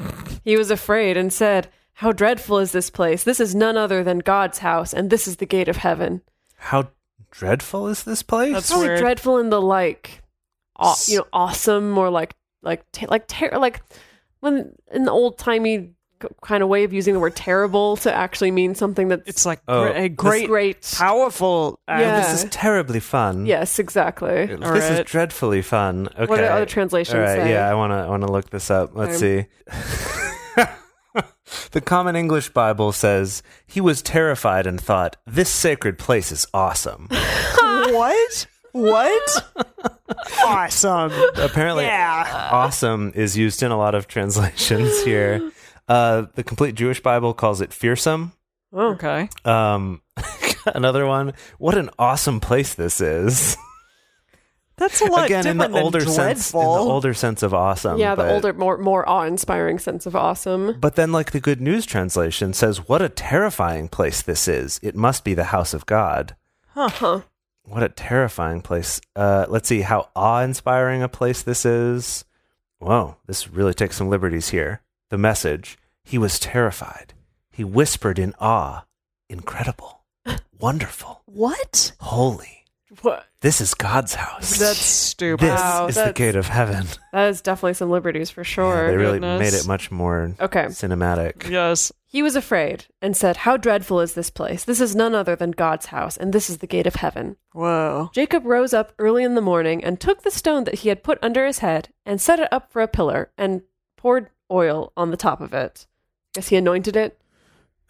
[LAUGHS] he was afraid and said, How dreadful is this place? This is none other than God's house and this is the gate of heaven.
How dreadful is this place? Oh,
That's
Probably
weird.
dreadful in the like, aw- you know, awesome or like like ter- like ter- like when in the old timey kind of way of using the word terrible to actually mean something that's
It's like
Oh,
gr- a great,
great.
powerful. uh,
Yeah.
This is terribly fun.
Yes, exactly.
This is
Alright.
dreadfully fun. Okay.
do other translations
Alright,
say?
Yeah, I want to. I want to look this up. Let's see. [LAUGHS] the Common English Bible says he was terrified and thought this sacred place is
[LAUGHS]
awesome.
[LAUGHS] What? What? awesome.
Apparently,
Yeah.
awesome is used in a lot of translations here. Uh, the Complete Jewish Bible calls it fearsome.
Okay.
Um, [LAUGHS] another one. What an awesome place this is.
That's a lot
Again, in the
different
older
than
sense, in
dreadful.
the older sense of awesome.
yeah, the
um, but-
older, more more awe inspiring sense of awesome.
But then, like the Good News translation says, "What a terrifying place this is! It must be the house of God."
Uh huh.
What a terrifying place! Uh, let's see how awe-inspiring a place this is. Whoa, this really takes some liberties here. The message: He was terrified. He whispered in awe,
[LAUGHS]
"Incredible, wonderful,
what?
holy!
What?
This is God's house.
That's stupid.
this
Wow,
is the
that's-
gate of heaven."
That is definitely some liberties for
Yeah, they
sure.
really
goodness.
made it much more
Okay.
cinematic.
Yes.
He was afraid and said, How dreadful is this place? This is none other than God's house, and this is the gate of heaven.
Whoa.
Jacob rose up early in the morning and took the stone that he had put under his head and set it up for a pillar and poured oil on the top of it. Guess he anointed it.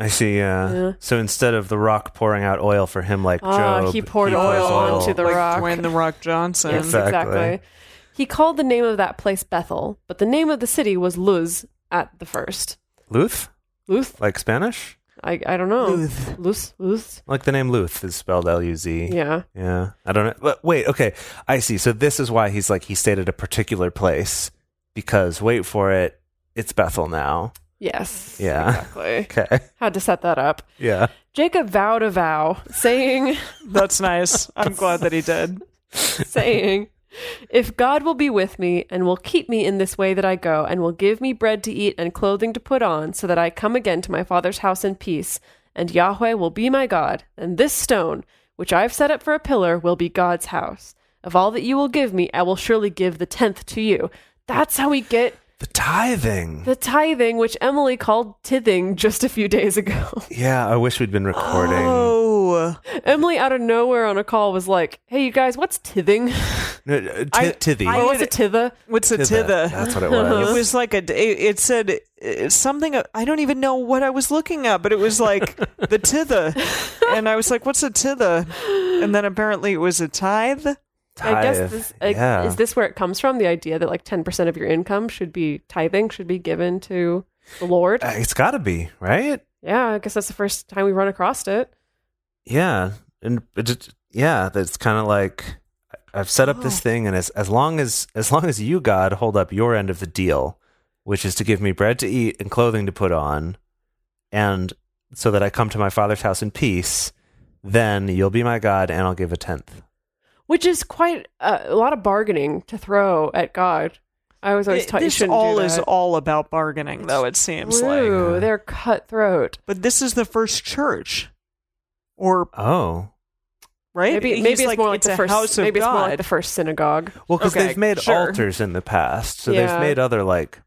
I I see. Uh,
Yeah.
So instead of the rock pouring out oil for him like
Ah,
Job,
he poured
pours
oil onto the
like
rock.
Dwayne the Rock Johnson.
Yes,
Exactly.
exactly. He called the name of that place Bethel, but the name of the city was Luz at the first.
Luth,
Luth?
like Spanish,
I, I don't know. Luz? Luz?
like the name Luth is spelled L U Z.
Yeah.
Yeah, I don't know. But wait, okay, I see. So this is why he's like he stayed at a particular place because wait for it, it's Bethel now.
Yes.
Yeah.
Exactly.
[LAUGHS] Okay.
Had to set that up.
Yeah.
Jacob vowed a vow, saying,
That's nice. I'm glad that he did.
saying, If God will be with me and will keep me in this way that I go, and will give me bread to eat and clothing to put on, so that I come again to my father's house in peace, and Yahweh will be my God, and this stone, which I have set up for a pillar, will be God's house. Of all that you will give me, I will surely give the tenth to you. That's how we get
The tithing.
the tithing, which Emily called tithing just a few days ago. [LAUGHS]
yeah, I wish we'd been
[GASPS]
recording.
[LAUGHS] Oh,
Emily, out of nowhere on a call, was like, Hey, you guys, what's tithing?
No, uh, ti-
I-
tithy.
I-
Or what's a tither?
what's a
Tither.
tither?
That's what it was.
It was like a. It, it said uh, something. I don't even know what I was looking at, but it was
[LAUGHS]
like the tither, and I was like, "What's a tither?" And then apparently it was a tithe.
I guess
Tithe.
this like,
yeah.
is this where it comes from? The idea that like ten percent of your income should be tithing should be given to the Lord.
Uh, it's got to be right.
yeah, I guess that's the first time we run across it.
Yeah, and it just, yeah, that's kind of like I've set up
Oh.
this thing, and as as long as as long as you God hold up your end of the deal, which is to give me bread to eat and clothing to put on, and so that I come to my Father's house in peace, then you'll be my God, and I'll give a tenth.
Which is quite a, a lot of bargaining to throw at God. I was always
It-
taught you
this
shouldn't
all
do that.
is all about bargaining, though it seems like.
Ooh, they're cutthroat.
But this is the first church, or
Oh,
right?
Maybe
He's
maybe it's more like
it's
the
a
first
house of
maybe it's more
God.
like the first synagogue.
well, because
Okay,
they've made
sure.
altars in the past, so
Yeah.
they've made other like,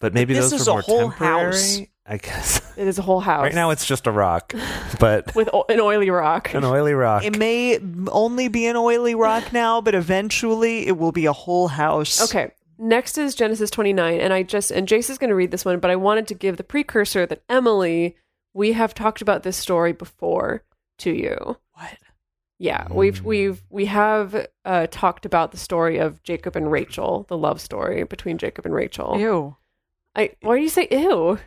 but maybe
this
those
is
were
a
more
whole
temporary.
house.
I guess [LAUGHS]
It is a whole house.
right now it's just
[LAUGHS]
a rock, but
with o- an oily rock.
an oily rock.
It may only be an oily rock now, but eventually it will be a whole house.
Okay. Next is Genesis 29, and I just and Jace is going to read this one, but I wanted to give the precursor that Emily, we have talked about this story before to you.
What?
Yeah, we've we've we have uh, talked about the story of Jacob and Rachel, the love story between Jacob and Rachel.
Ew. Oh
I why do you say ew?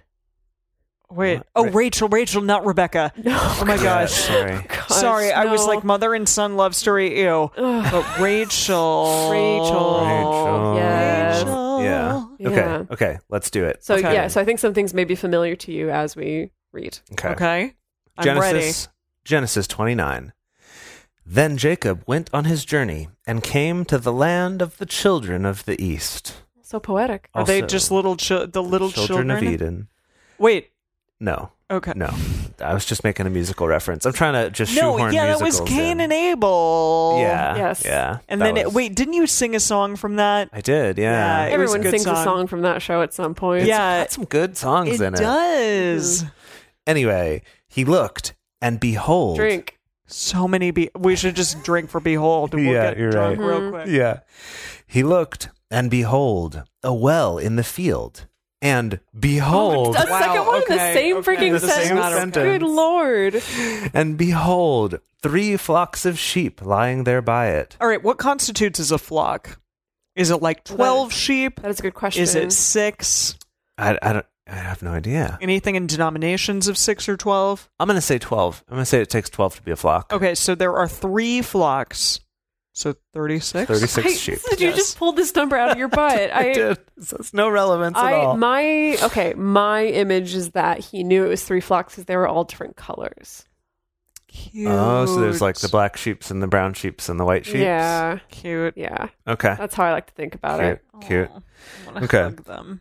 Wait.
What?
Oh,
Ra-
Rachel, Rachel, not Rebecca.
[LAUGHS] No,
Oh my
Yeah,
gosh.
sorry.
gosh,
Sorry, I was
no.
like mother and son love story. Ew.
Ugh.
[SIGHS] But Rachel.
Rachel. Yes.
Rachel.
Yeah.
Yeah.
Okay. Okay. Let's do it.
So
Okay.
yeah, so I think some things may be familiar to you as we read.
Okay.
Okay. I'm ready.
Genesis. Genesis twenty nine. Then Jacob went on his journey and came to the land of the children of the east.
So poetic.
Are they
Also,
just little chil- the little children?
of Eden?
Wait.
No.
Okay.
No. I was just making a musical reference. I'm trying to just
No,
shoehorn
yeah, that was
musicals
Cain
in.
and Abel.
Yeah.
Yes.
Yeah.
And
that
then, it,
was-
wait, didn't you sing a song from that?
I did.
Yeah,
Yeah.
it was a
Everyone
good
sings a
song.
song from that show at some point.
yeah.
Got some good songs
It
in it.
does.
Anyway, he looked and behold,
Drink.
So many. Be- we should just drink for Behold. We'll
Yeah,
get
you're
drunk
right.
real quick.
[LAUGHS] Yeah. He looked, and behold, a well in the field. And
[LAUGHS]
behold,
A second one in the
okay,
same
okay.
freaking
It's the same
sentence.
sentence.
Good lord.
and behold, three flocks of sheep lying there by it.
All right. What constitutes as a flock? Is it like
Well, that-
12 sheep?
That is a good question.
Is it six?
I, I don't. I have no idea.
Anything in denominations of six or 12?
I'm gonna say twelve. I'm gonna say it takes twelve to be a flock.
Oh,
Okay. So there are three flocks. So 36?
Thirty-six
I-
sheep.
You just pulled this number out of your butt. I,
I did. So it's no relevance at
I
all.
my okay. My image is that he knew it was three flocks because they were all different colors.
Cute.
oh, so there's like the black sheeps and the brown sheeps and the white sheeps.
Yeah,
Cute.
yeah.
Okay.
That's how I like to think about
Cute.
it.
Cute.
Aw, I wanna
Okay.
hug them.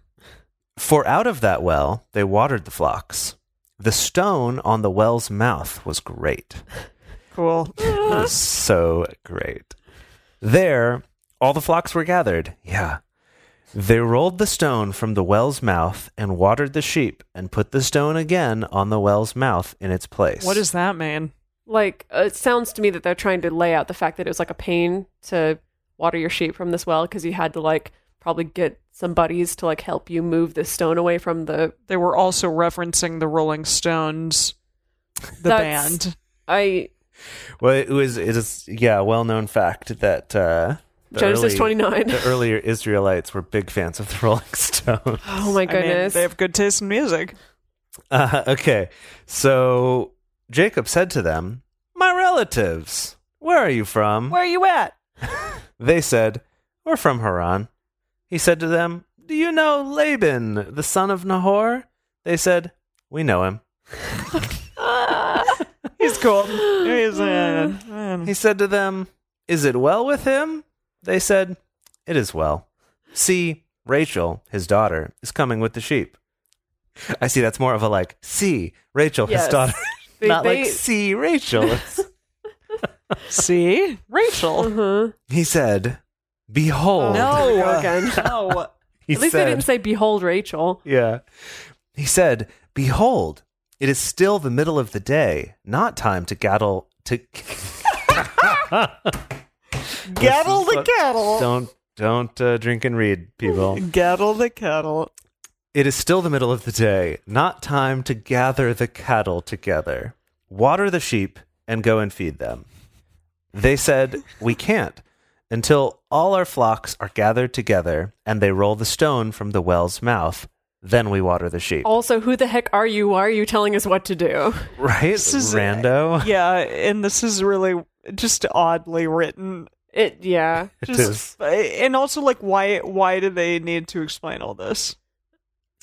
For out of that well they watered the flocks. The stone on the well's mouth was great.
Cool.
was so great. There, all the flocks were gathered. Yeah. They rolled the stone from the well's mouth and watered the sheep and put the stone again on the well's mouth in its place.
What does that mean?
Like uh, it sounds to me that they're trying to lay out the fact that it was like a pain to water your sheep from this well because you had to like probably get some buddies to like help you move this stone away from the
They were also referencing the Rolling Stones, the
That's-
band.
I
Well, it was it is yeah, a well-known fact that uh, the
Genesis
early-
29.
The earlier Israelites were big fans of the [LAUGHS] Rolling Stones.
Oh my
I mean,
goodness.
they have good taste in music.
Uh, [LAUGHS] okay, so Jacob said to them, "My relatives, where are you from?"
Where are you at?
[LAUGHS] They said, We're from Haran. He said to them, Do you know Laban, the son of Nahor? They said, We know him.
Ah.
He's [GASPS] cool. He's, uh, uh,
He said to them, Is it well with him? They said, It is well. See, Rachel, his daughter, is coming with the sheep. I see that's more of a like, see, Rachel,
Yes.
his daughter.
They-
[LAUGHS] Not
they-
like, see, Rachel.
[LAUGHS]
It's-
see, Rachel.
uh-huh.
he said, Behold. [LAUGHS]
No.
Here we go again.
No,
He
At least
said,
they didn't say behold Rachel.
Yeah. He said, Behold, it is still the middle of the day, not time to gaddle to [LAUGHS]
Gaddle the cattle.
Don't don't uh, drink and read, people.
Gaddle the cattle.
it is still the middle of the day, not time to gather the cattle together. Water the sheep and go and feed them. They said, We can't until all our flocks are gathered together and they roll the stone from the well's mouth. Then we water the sheep.
Also, who the heck are you? Why are you telling us what to do?
Right?
is-
Rando.
Yeah, and this is really just oddly written.
It
[LAUGHS]
yeah.
It is.
Just eh, and also like why why do they need to explain all this?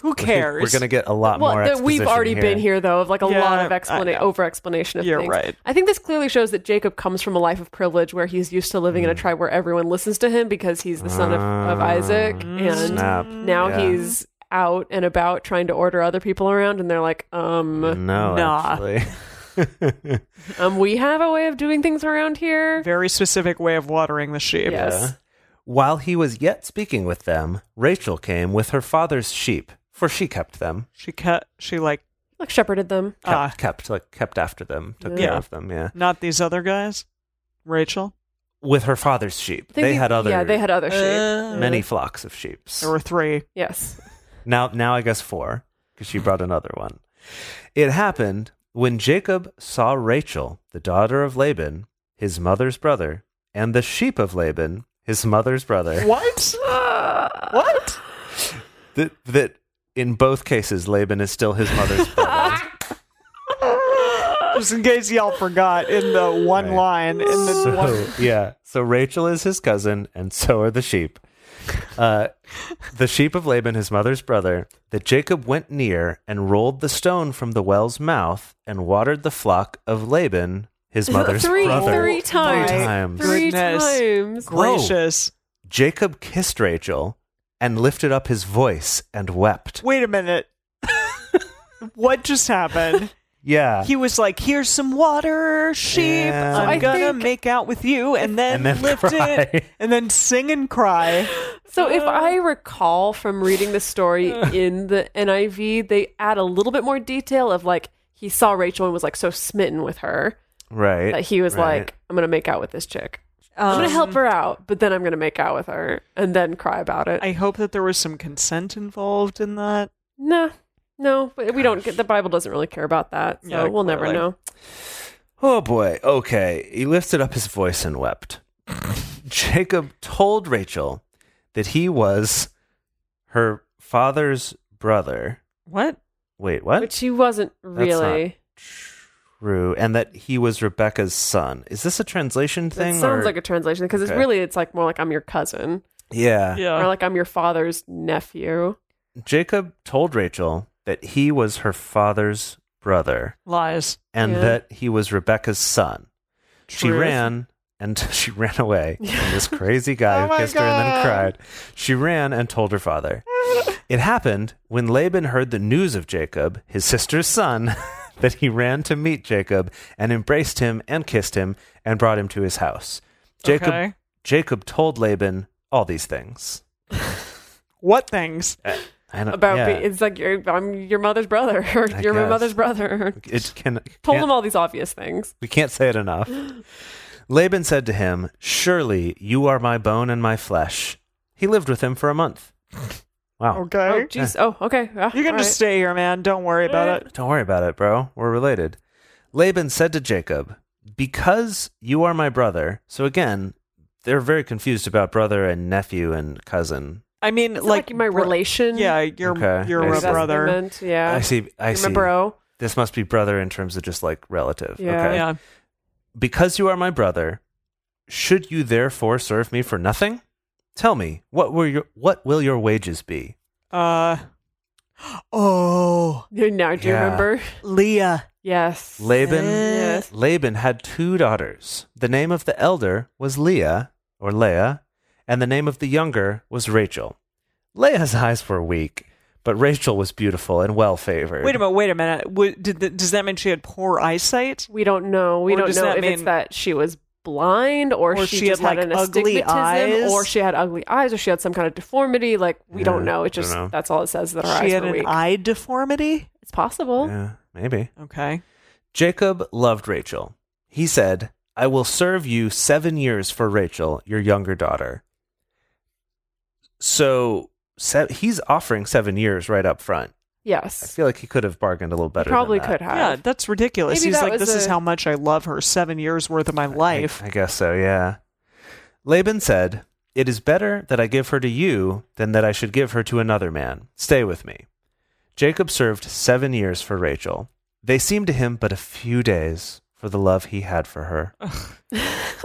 Who
I think
cares?
We're going to get a lot more.
that we've
exposition
already been here though of like a
Yeah,
lot of
I
explana-
know.
over explanation of
You're
things.
right.
I think this clearly shows that Jacob comes from a life of privilege where he's used to living in a tribe where everyone listens to him because he's the son of, of
Hmm. Ah,
Isaac and
Snap.
now
Yeah.
he's out and about trying to order other people around and they're like um
No,
Nah.
actually. [LAUGHS]
um we have a way of doing things around here
very specific way of watering the sheep.
Yes.
While he was yet speaking with them, Rachel came with her father's sheep, for she kept them.
She cut she like
like shepherded them
Kept,
ah
kept like kept after them, took
Yeah.
care of them. Yeah,
not these other guys. Rachel.
with her father's sheep,
I think
they
he-
had other
yeah they had other sheep
Uh,
many flocks of sheep.
There were three.
yes
Now, now I guess four, because she brought another one. It happened when Jacob saw Rachel, the daughter of Laban, his mother's brother, and the sheep of Laban, his mother's brother.
What? [LAUGHS] what?
That that in both cases, Laban is still his mother's brother.
Just in case y'all forgot in the one
Right.
line in the one
so yeah, so Rachel is his cousin, and so are the sheep. Uh, the sheep of Laban, his mother's brother, that Jacob went near and rolled the stone from the well's mouth and watered the flock of Laban,
[LAUGHS]
his mother's
three
brother.
three times
Three times.
three
Goodness.
times
gracious.
Jacob kissed Rachel and lifted up his voice and wept.
Wait a
[LAUGHS]
minute. what just happened?
Yeah.
He was like, "Here's some water, sheep.
Yeah. So
I'm
I
gonna
think-
make out with you, and then,
And then
lift
cry.
it, [LAUGHS] and then sing and cry."
So
Uh.
if I recall from reading the story in the NIV, they add a little bit more detail of like he saw Rachel and was like so smitten with her
right.
that he was
right. Um,
like, I'm gonna make out with this chick. I'm
Um,
gonna help her out, but then I'm gonna make out with her and then cry about it.
I hope that there was some consent involved in that.
nah. No, but we don't get the Bible doesn't really care about that. So
Yeah,
we'll never
clearly.
know.
Oh boy, okay. He lifted up his voice and wept.
[LAUGHS]
Jacob told Rachel that he was her father's brother.
What?
Wait, what?
Which he wasn't
not
really.
True. And that he was Rebecca's son. Is this a translation
That
thing?
sounds
or-
like a translation because it's
Okay.
really it's like more like I'm your cousin.
yeah.
Or like I'm your father's nephew.
Jacob told Rachel that he was her father's brother
lies.
and
Yeah.
that he was Rebecca's son. She
Truth.
ran and [LAUGHS] she ran away from
[LAUGHS]
this crazy guy
Oh
who
my
kissed her and
God.
then cried. She ran and told
[LAUGHS]
her father. It happened when Laban heard the news of Jacob, his sister's son, [LAUGHS] that he ran to meet Jacob and embraced him and kissed him and brought him to his house. Jacob
Okay.
Jacob told Laban all these things. Eh,
What things?
I don't,
about
Uh, yeah,
be, it's like you're, I'm your mother's brother [LAUGHS] or
I
you're my
guess.
mother's brother.
it can
[LAUGHS] Told
can't-
him all these obvious things.
We can't say it enough. Laban said to him, Surely you are my bone and my flesh. He lived with him for a month. Wow.
Okay.
Oh, jeez. Oh, okay. Ah,
you can
all
just
right.
stay here, man. Don't worry about it.
Don't worry about it, bro. We're related. Laban said to Jacob, Because you are my brother. So again, they're very confused about brother and nephew and cousin.
I mean,
It's like, my
bro-
relation.
Yeah, you're
Okay,
you're
I
Maybe
a
that's what
see.
they
brother.
meant, Yeah.
I see. I
You're
see.
my bro.
This must be brother in terms of just like relative.
Yeah.
Okay.
Yeah.
Because you are my brother, should you therefore serve me for nothing? Tell me, what were your what will your wages be?
Uh. [GASPS] Oh,
Now, do you
Yeah.
remember?
Leah.
Yes.
Laban
Yes.
Laban had two daughters. The name of the elder was Leah, or Leah, and the name of the younger was Rachel. Leah's [LAUGHS] eyes were weak, but Rachel was beautiful and well favored.
Wait a minute. Wait a minute. Would, did the, does that mean she had poor eyesight?
We don't know. We
Or
don't
does
know
that
if it's
mean-
that she was blind or,
Or
she,
she
just
had,
had,
like,
an
ugly
astigmatism
eyes?
or she had ugly eyes or she had some kind of deformity. Like we
Yeah,
don't know.
I
It just
don't know.
that's all it says that her
she
eyes
had
were
an
weak.
eye deformity.
It's possible.
Yeah, maybe.
Okay.
Jacob loved Rachel. He said, I will serve you seven years for Rachel, your younger daughter. So se- he's offering seven years right up front. I
Yes.
feel like he could have bargained a little
He
better. than
probably
that.
could
Yeah,
have.
that's ridiculous.
Maybe
He's
that
like,
was
this is
a-
how much I love her. Seven years worth
[LAUGHS]
of my life.
I, I guess so, yeah. Laban said, It is better that I give her to you than that I should give her to another man. Stay with me. Jacob served seven years for Rachel. They seemed to him but a few days for the love he had for her.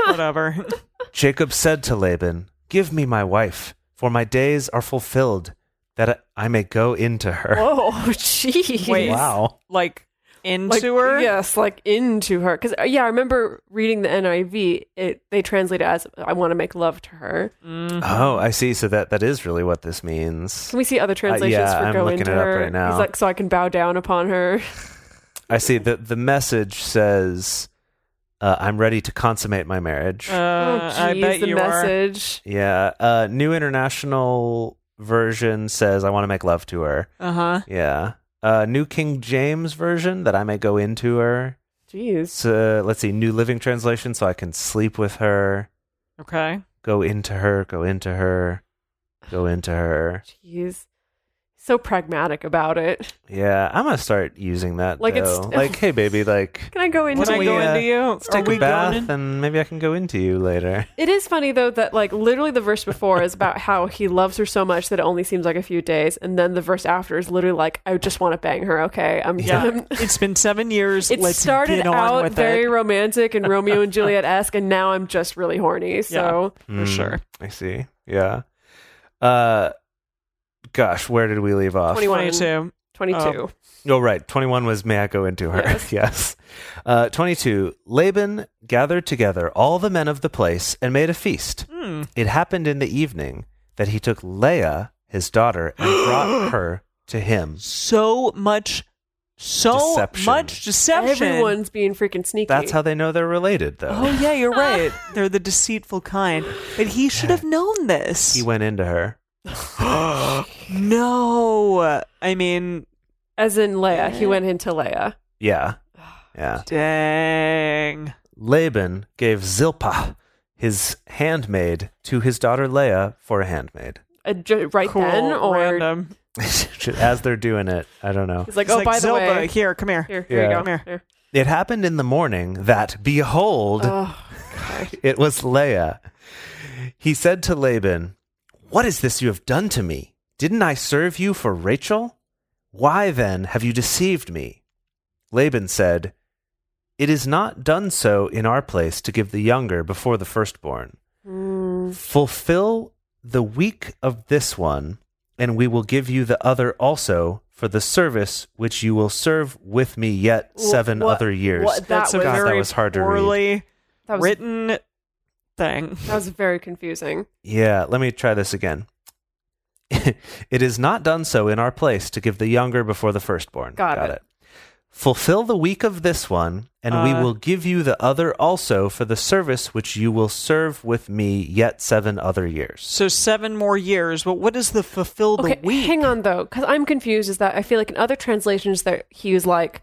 Whatever. [LAUGHS]
Jacob said to Laban, Give me my wife, for my days are fulfilled, that I I may go into her. [LAUGHS]
Whoa, jeez.
Wait.
Wow.
like into
Like,
her.
Yes, like into her. Because yeah, I remember reading the NIV. It they translate it as "I want to make love to her."
Mm.
Oh, I see. So that, that is really what this means.
Can we see other translations
Uh, yeah,
for
I'm
"go
looking
into
it up
her"?
right now.
He's like, so I can bow down upon her.
I see. The, the message says, uh, I'm ready to consummate my marriage.
[LAUGHS] oh,
Uh,
jeez,
I bet
the
you are.
message.
Yeah. Uh, New International Version says, I want to make love to her.
Uh huh.
Yeah. Uh, New King James Version, that I may go into her.
Jeez.
It's, uh, let's see, New Living Translation, so I can sleep with her.
Okay.
Go into her, go into her, go into her.
Jeez. So pragmatic about it.
Yeah, I'm gonna start using that.
Like,
Like
it's-
it's like, hey, baby, like
Can I go into
When I
we,
go
uh,
into you,
let's take
are we
a bath,
going in?
and maybe I can go into you later.
It is funny though that like literally the verse before is about how he loves her so much that it only seems like a few days, and then the verse after is literally like, "I just want to bang her." Okay, I'm
Yeah.
done. [LAUGHS]
it's been seven years.
It
Let's
started
get on
out
with
very
it.
romantic and
[LAUGHS]
Romeo and Juliet esque, and now I'm just really horny. So
For sure.
Hmm, I see. Yeah. Uh, gosh, where did we leave off?
21.
22.
22.
Oh.
Oh, right. 21 was May I Go Into Her? [LAUGHS] Yes. Uh, 22. Laban gathered together all the men of the place and made a feast.
Hmm.
It happened in the evening that he took Leah, his daughter, and
[GASPS]
brought her to him.
So much, so
Deception.
much deception.
Everyone's being freaking sneaky.
That's how they know they're related, though.
Oh yeah,
[LAUGHS]
you're right. They're the deceitful kind. But he should have known this.
He went into her.
no, I mean,
As in Leia, he went into Leia.
Yeah. Yeah.
dang.
Laban gave Zilpah, his handmaid, to his daughter Leah for a handmaid. [LAUGHS]
Uh, ju- right
Cool.
then, or
Random.
As they're doing it, I don't know.
he's like,
It's
"Oh,
like,
by the
Zilpah,
way,
here, come here.
here, here you
Yeah.
go."
Come here.
Here.
It happened in the morning that, behold,
Oh, God.
[LAUGHS] it was Leah. He said to Laban, What is this you have done to me? Didn't I serve you for Rachel? Why then have you deceived me? Laban said, It is not done so in our place to give the younger before the firstborn.
mm,
Fulfill the week of this one, and we will give you the other also for the service which you will serve with me yet
Wh-
seven
what-
other years.
what- That
That's a
was- God, that
very
was hard to read.
poorly
that was
written thing.
that was very confusing.
Yeah, let me try this again. [LAUGHS] it is not done so in our place to give the younger before the firstborn.
Got it.
Fulfill the week of this one, and we
Uh,
will give you the other also for the service which you will serve with me yet seven other years.
So seven more years. But what is the fulfill the
Okay,
week?
hang on though, because I'm confused. Is that I feel like in other translations that he was like,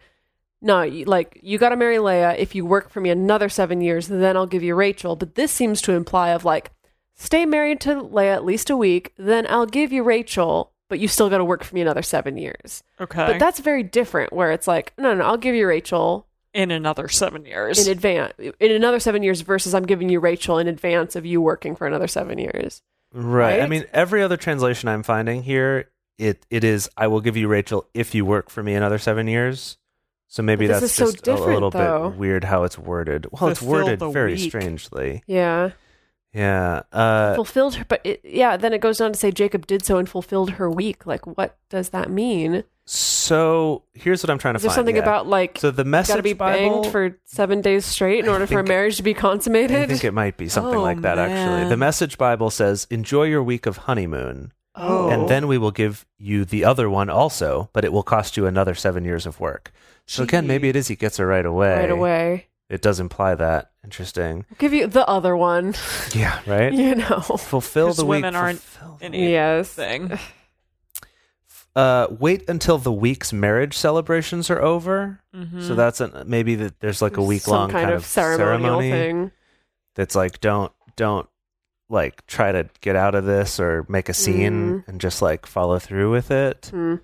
"No, you- like you got to marry Leia. If you work for me another seven years, then I'll give you Rachel." But this seems to imply of like stay married to Leia at least a week, then I'll give you Rachel, but you still got to work for me another seven years.
Okay.
But that's very different, where it's like, no, no, no, I'll give you Rachel
in another seven years.
in advance, in another seven years, versus I'm giving you Rachel in advance of you working for another seven years.
Right. I
Right?
mean, every other translation I'm finding here, it it is I will give you Rachel if you work for me another seven years. So maybe
But this
that's
is so
just a, a little
different, though.
bit weird how it's worded. Well, it's
Fulfill
worded
the
very
week.
strangely.
Yeah.
Yeah. Uh,
fulfilled her, but it, yeah, then it goes on to say Jacob did so and fulfilled her week. Like, what does that mean?
so here's what I'm trying to
Is there
find.
something
yeah.
about like
so the
got
message
to be
Bible?
banged for seven days straight in
I
order for a
think-
marriage to be
I
consummated? [LAUGHS]
think it might be something
Oh,
like that. Actually, the
man.
Message Bible says, "Enjoy your week of honeymoon,
Oh.
and then we will give you the other one also, but it will cost you another seven years of work." So again, maybe it is he gets her right away.
right away.
It does imply that. Interesting.
I'll give you the other one.
Yeah. Right.
[LAUGHS] you know.
Fulfill
'Cause
the week.
women aren't
fulfill the-
in it.
Yes. [SIGHS]
Thing.
Uh, wait until the week's marriage celebrations are over.
Mm-hmm.
So that's an, maybe that there's like a week long
Mm-hmm. Some kind, of, ceremonial
ceremony
thing.
that's like don't don't like try to get out of this or make a scene
Mm-hmm.
and just like follow through with it.
Hmm.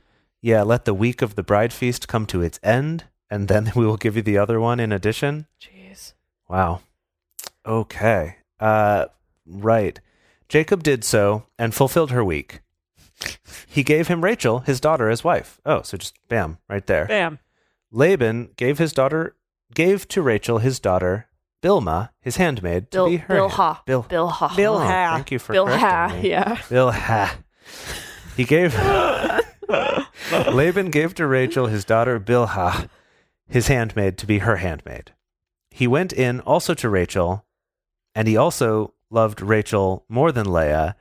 Yeah, let the week of the bride feast come to its end, and then [LAUGHS] we will give you the other one in addition.
Jeez.
Wow. Okay. Uh, right. Jacob did so and fulfilled her week. He gave him Rachel, his daughter, as wife. Oh, so just bam, right there.
Bam.
Laban gave his daughter, gave to Rachel his daughter, Bilma, his handmaid,
Bil-
to be her.
Bilhah.
Bill,
Bilhah.
Bilha.
Bilhah.
Oh, Thank you for
Bill
correcting
Ha.
me.
Yeah.
Bilha.
[LAUGHS]
He gave Laban gave to Rachel his daughter Bilha, his handmaid, to be her handmaid. He went in also to Rachel, and he also loved Rachel more than Leah,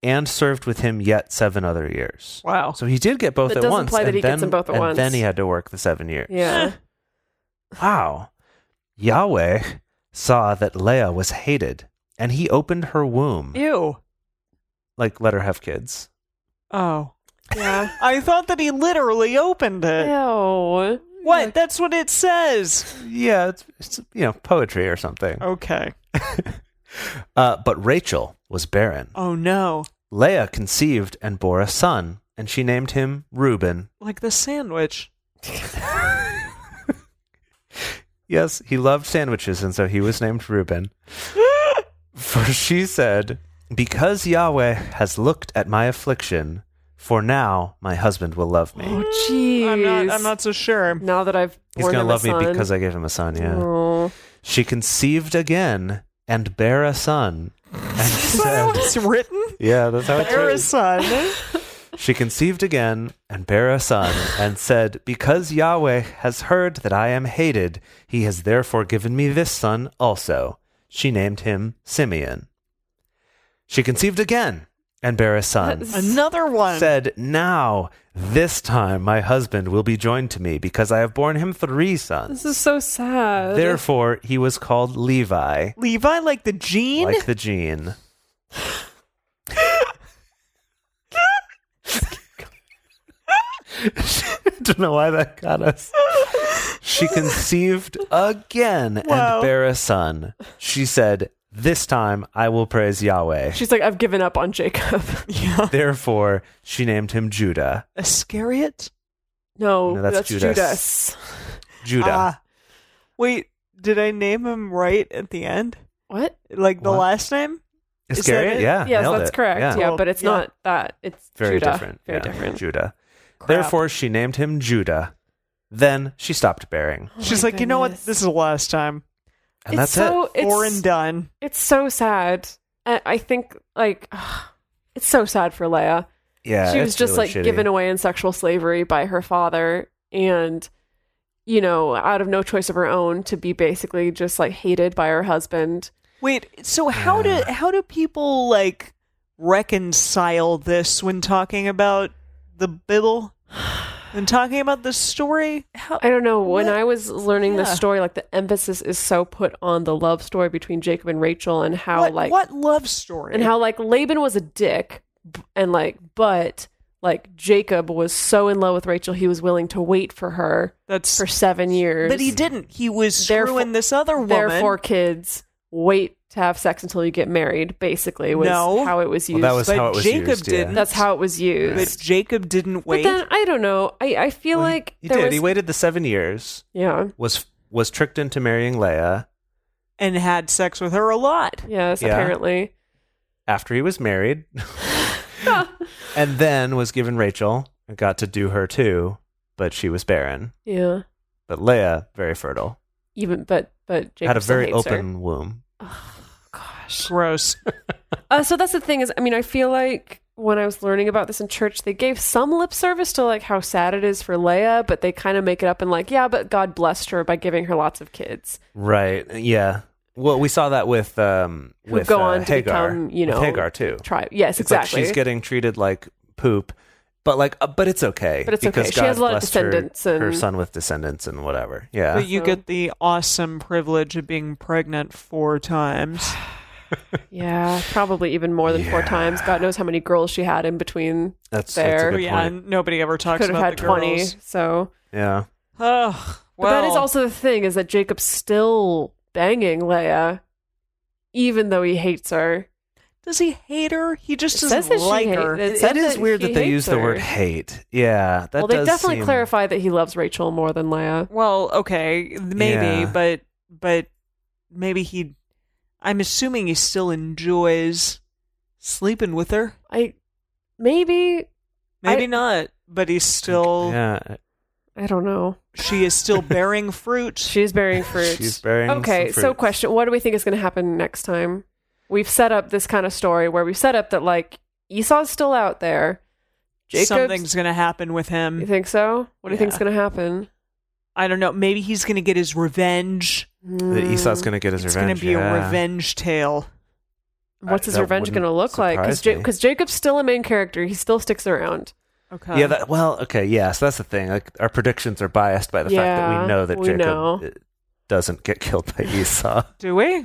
and served with him yet seven other years.
Wow.
So he did get both
That
at
does
once.
imply that
and
he gets
then-
them both at
and
once.
Then he had to work the seven years. [LAUGHS]
Yeah.
Wow. Yahweh saw that Leah was hated, and he opened her womb,
Ew.
like let her have kids.
Oh.
[LAUGHS]
yeah.
I thought that he literally opened it.
Ew.
What? That's what it says.
Yeah, it's, it's you know poetry or something.
Okay.
Uh, but Rachel was barren.
Oh no.
Leah conceived and bore a son, and she named him Reuben.
Like the sandwich.
Yes, he loved sandwiches, and so he was named [LAUGHS] Reuben. For she said, "Because Yahweh has looked at my affliction, for now my husband will love me.
Oh, jeez.
I'm not I'm not so sure.
Now that I've
He's
born
gonna
him
love
a
me
son.
because I gave him a son." Yeah.
Oh.
She conceived again and bare a
[LAUGHS]
son, and
Is that how
said,
it's written?
"Yeah, that's how it's
You're
written.
a son.
She conceived again and bare a son, and said, Because Yahweh has heard that I am hated, he has therefore given me this son also. She named him Simeon. She conceived again and bare a son.
That's-
Another one.
Said, Now, this time my husband will be joined to me, because I have borne him three sons.
This is so sad.
Therefore, he was called Levi,
Levi like the gene?
like the gene. [LAUGHS] don't know why that got us. She conceived again
Wow.
and bare a son. She said, This time I will praise Yahweh.
She's like, I've given up on Jacob.
[LAUGHS]
[LAUGHS]
yeah.
Therefore, she named him Judah.
Iscariot?
No,
No, that's
that's,
Judas.
Judas.
Judah.
Ah. wait, did I name him right at the end?
What?
Like the
What?
last name?
It's
is
scary?
that it?
Yeah.
yes,
Ah, nailed
that's
it.
correct. Yeah,
Well,
but it's
yeah.
not that. It's
Very
Judah.
different.
Very
yeah,
different.
Judah.
Crap.
Therefore, she named him Judah. Then she stopped bearing.
Oh
She's
my
like, you know what?
goodness.
This is the last time.
And
it's
that's
so,
it.
It's,
Or and done.
it's so sad. I, I think like [SIGHS] it's so sad for Leia.
Yeah.
she
it's
was just
really
like
shitty.
given away in sexual slavery by her father, and you know, out of no choice of her own, to be basically just like hated by her husband.
Wait, so how do how do people like reconcile this when talking about the Bible? When talking about the story? How
I don't know. When I was learning
Yeah.
the story, like the emphasis is so put on the love story between Jacob and Rachel, and how
what,
like
what love story?
and how like Laban was a dick, b- and like but like Jacob was so in love with Rachel, he was willing to wait for her
that's
for seven years.
But he didn't. He was
Therefore-
screwing this other woman.
Therefore, kids wait to have sex until you get married, basically, was
No.
how it was
Well,
used.
that was
But
how it was
Jacob
used.
didn't.
Yeah.
That's how it was used.
But Jacob didn't
But
wait.
then I don't know. I, I feel
Well, he-
like
he
there
did.
was
He waited the seven years.
yeah
Was was tricked into marrying Leia
and had sex with her a lot.
yes
[LAUGHS]
Yeah.
apparently
after he was [LAUGHS] married, and then was given Rachel and got to do her too, but she was barren.
yeah
But Leia, very fertile,
even but but Jacob
had a
still
very
hates her.
open womb.
gosh.
Gross.
Uh, so that's the thing is, I mean, I feel like when I was learning about this in church, they gave some lip service to like how sad it is for Leia, but they kind of make it up and like, yeah, but God blessed her by giving her lots of kids.
Right. Yeah. Well, we saw that with um
Who
with
go
uh,
on to
Hagar,
become, you
with
know,
Hagar too.
Try yes,
It's
exactly.
like she's getting treated like poop, but like uh, but it's okay.
But it's okay.
because
She has
God
a lot of
blessed her-
descendants
her,
and-
son with descendants and whatever. Yeah.
But you
So-
get the awesome privilege of being pregnant four times.
yeah, probably even more than four
Yeah.
times. God knows how many girls she had in between.
that's that's a
there.
good
yeah,
point.
and nobody ever talks
Could have
about
had
the
twenty.
girls.
So,
Yeah.
Ugh,
but
well,
that is also the thing is that Jacob's still banging Leia, even though he hates her.
Does he hate her? He just
It
doesn't
says that she
like
hate-
her.
that-
It
said
is weird
he
that they
hates
use the
her.
word hate. Yeah, that
well, they
does
definitely
seem-
clarify that he loves Rachel more than Leia.
Well, okay, maybe,
Yeah.
but but maybe he. I'm assuming he still enjoys sleeping with her.
I maybe
Maybe
I-
not, but he's still.
Yeah,
I don't know.
She is
[LAUGHS]
still bearing fruit.
She's bearing fruit.
she's bearing. some
okay, so
fruits.
question: What do we think is going to happen next time? We've set up this kind of story where we've set up that like Esau's still out there. Jacob's,
Something's going to happen with
You
him.
think so? What do you
Yeah.
think's going to happen?
I don't know. Maybe he's going to get his revenge.
That
Hmm,
Esau's going to
mm,
get his
It's going
revenge.
to be
yeah.
a revenge tale.
What's his
uh, that
revenge
wouldn't
going to look like? Because
surprise me.
Jacob's still a main character. He still sticks around.
Okay.
yeah. That, well, okay. Yeah. So that's the thing. Like our predictions are biased by the fact that
Yeah,
we know that
we
Jacob
know.
uh, doesn't get killed by Esau. [LAUGHS]
Do we?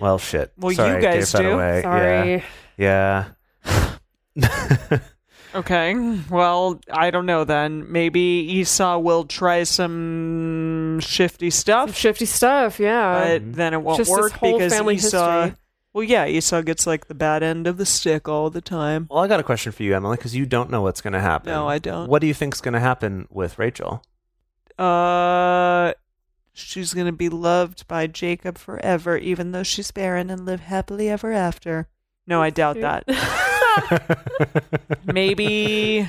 well, shit.
Well, you
Sorry, I
guys
gave that
do.
away.
Sorry.
Yeah.
[LAUGHS]
yeah. [LAUGHS]
Okay. Well, I don't know then. Maybe Esau will try some shifty
Some
stuff,
shifty stuff. Yeah.
Oh. but then it won't
Just this
work
whole
because
family
Esau.
history.
Well, yeah, Esau gets like the bad end of the stick all the time.
well, I got a question for you, Emily, because you don't know what's going to happen.
No, I don't.
What do you think's going to happen with Rachel?
Uh, she's gonna be loved by Jacob forever, even though she's barren, and live happily ever after. No, I doubt
[LAUGHS]
that. Maybe.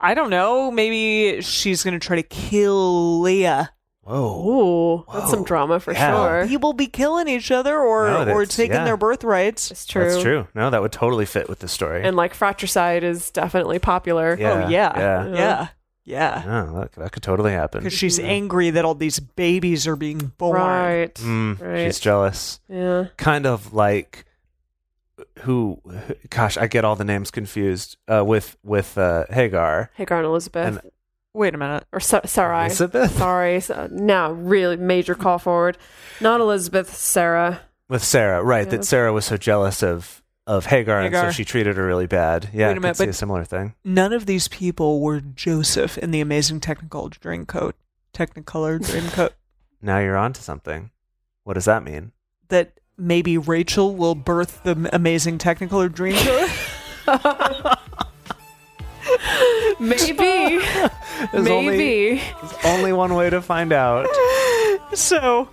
I don't know. Maybe she's gonna try to kill Leah.
Whoa.
Ooh, that's some
Whoa.
drama for
Yeah.
sure.
people be killing each other or
No,
or
that's-
taking
yeah.
their birthrights.
It's true.
That's true. No, that would totally fit with the story.
And like fratricide is definitely popular.
Yeah,
oh yeah,
yeah.
yeah, yeah.
Oh, that, that could totally happen.
Because she's angry that all these babies are being born.
Right.
Mm,
right.
She's jealous.
yeah.
Kind of like who? Gosh, I get all the names confused uh, with with uh, Hagar,
Hagar and Elizabeth.
And-
Wait a minute.
or Sa- Sarai.
Elizabeth,
Sorry. So, no, really major call forward. Not Elizabeth, Sarah.
with Sarah. Right,
Yeah.
that Sarah was so jealous of of Hagar, and
Hagar.
so she treated her really bad.
Wait
Yeah,
a
I could
minute,
see
but-
a similar thing.
None of these people were Joseph in the Amazing Technicolor Dreamcoat. Technicolor Dreamcoat.
Now you're on to something. What does that mean?
that maybe Rachel will birth the m- Amazing Technicolor Dreamcoat.
Maybe.
[LAUGHS] There's only,
maybe.
there's only one way to find out.
[LAUGHS] so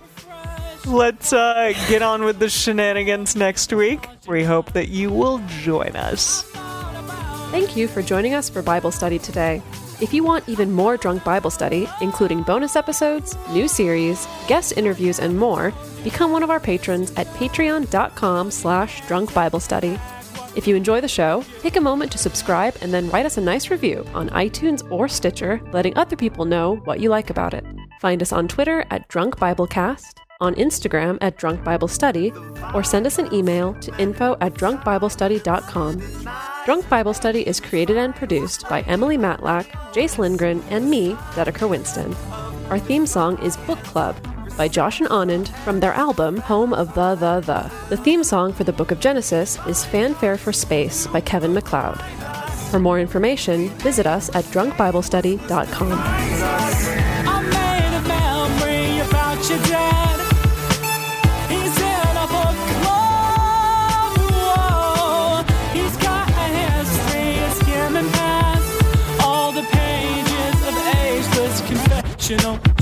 let's uh, get on with the shenanigans next week. We hope that you will join us.
Thank you for joining us for Bible study today. If you want even more drunk Bible study, including bonus episodes, new series, guest interviews, and more, become one of our patrons at patreon.com slash drunk Bible study. If you enjoy the show, take a moment to subscribe and then write us a nice review on iTunes or Stitcher, letting other people know what you like about it. Find us on Twitter at Drunk Biblecast, on Instagram at Drunk Bible Study, or send us an email to info at drunkbiblestudy.com. Drunk Bible Study is created and produced by Emily Matlack, Jace Lindgren, and me, Dedeker Winston. Our theme song is Book Club by Josh and Anand from their album Home of the The The. The theme song for the Book of Genesis is Fanfare for Space by Kevin McLeod. For more information, visit us at drunkbiblestudy.com.
I made a memory about your dad. He's in a book
emotional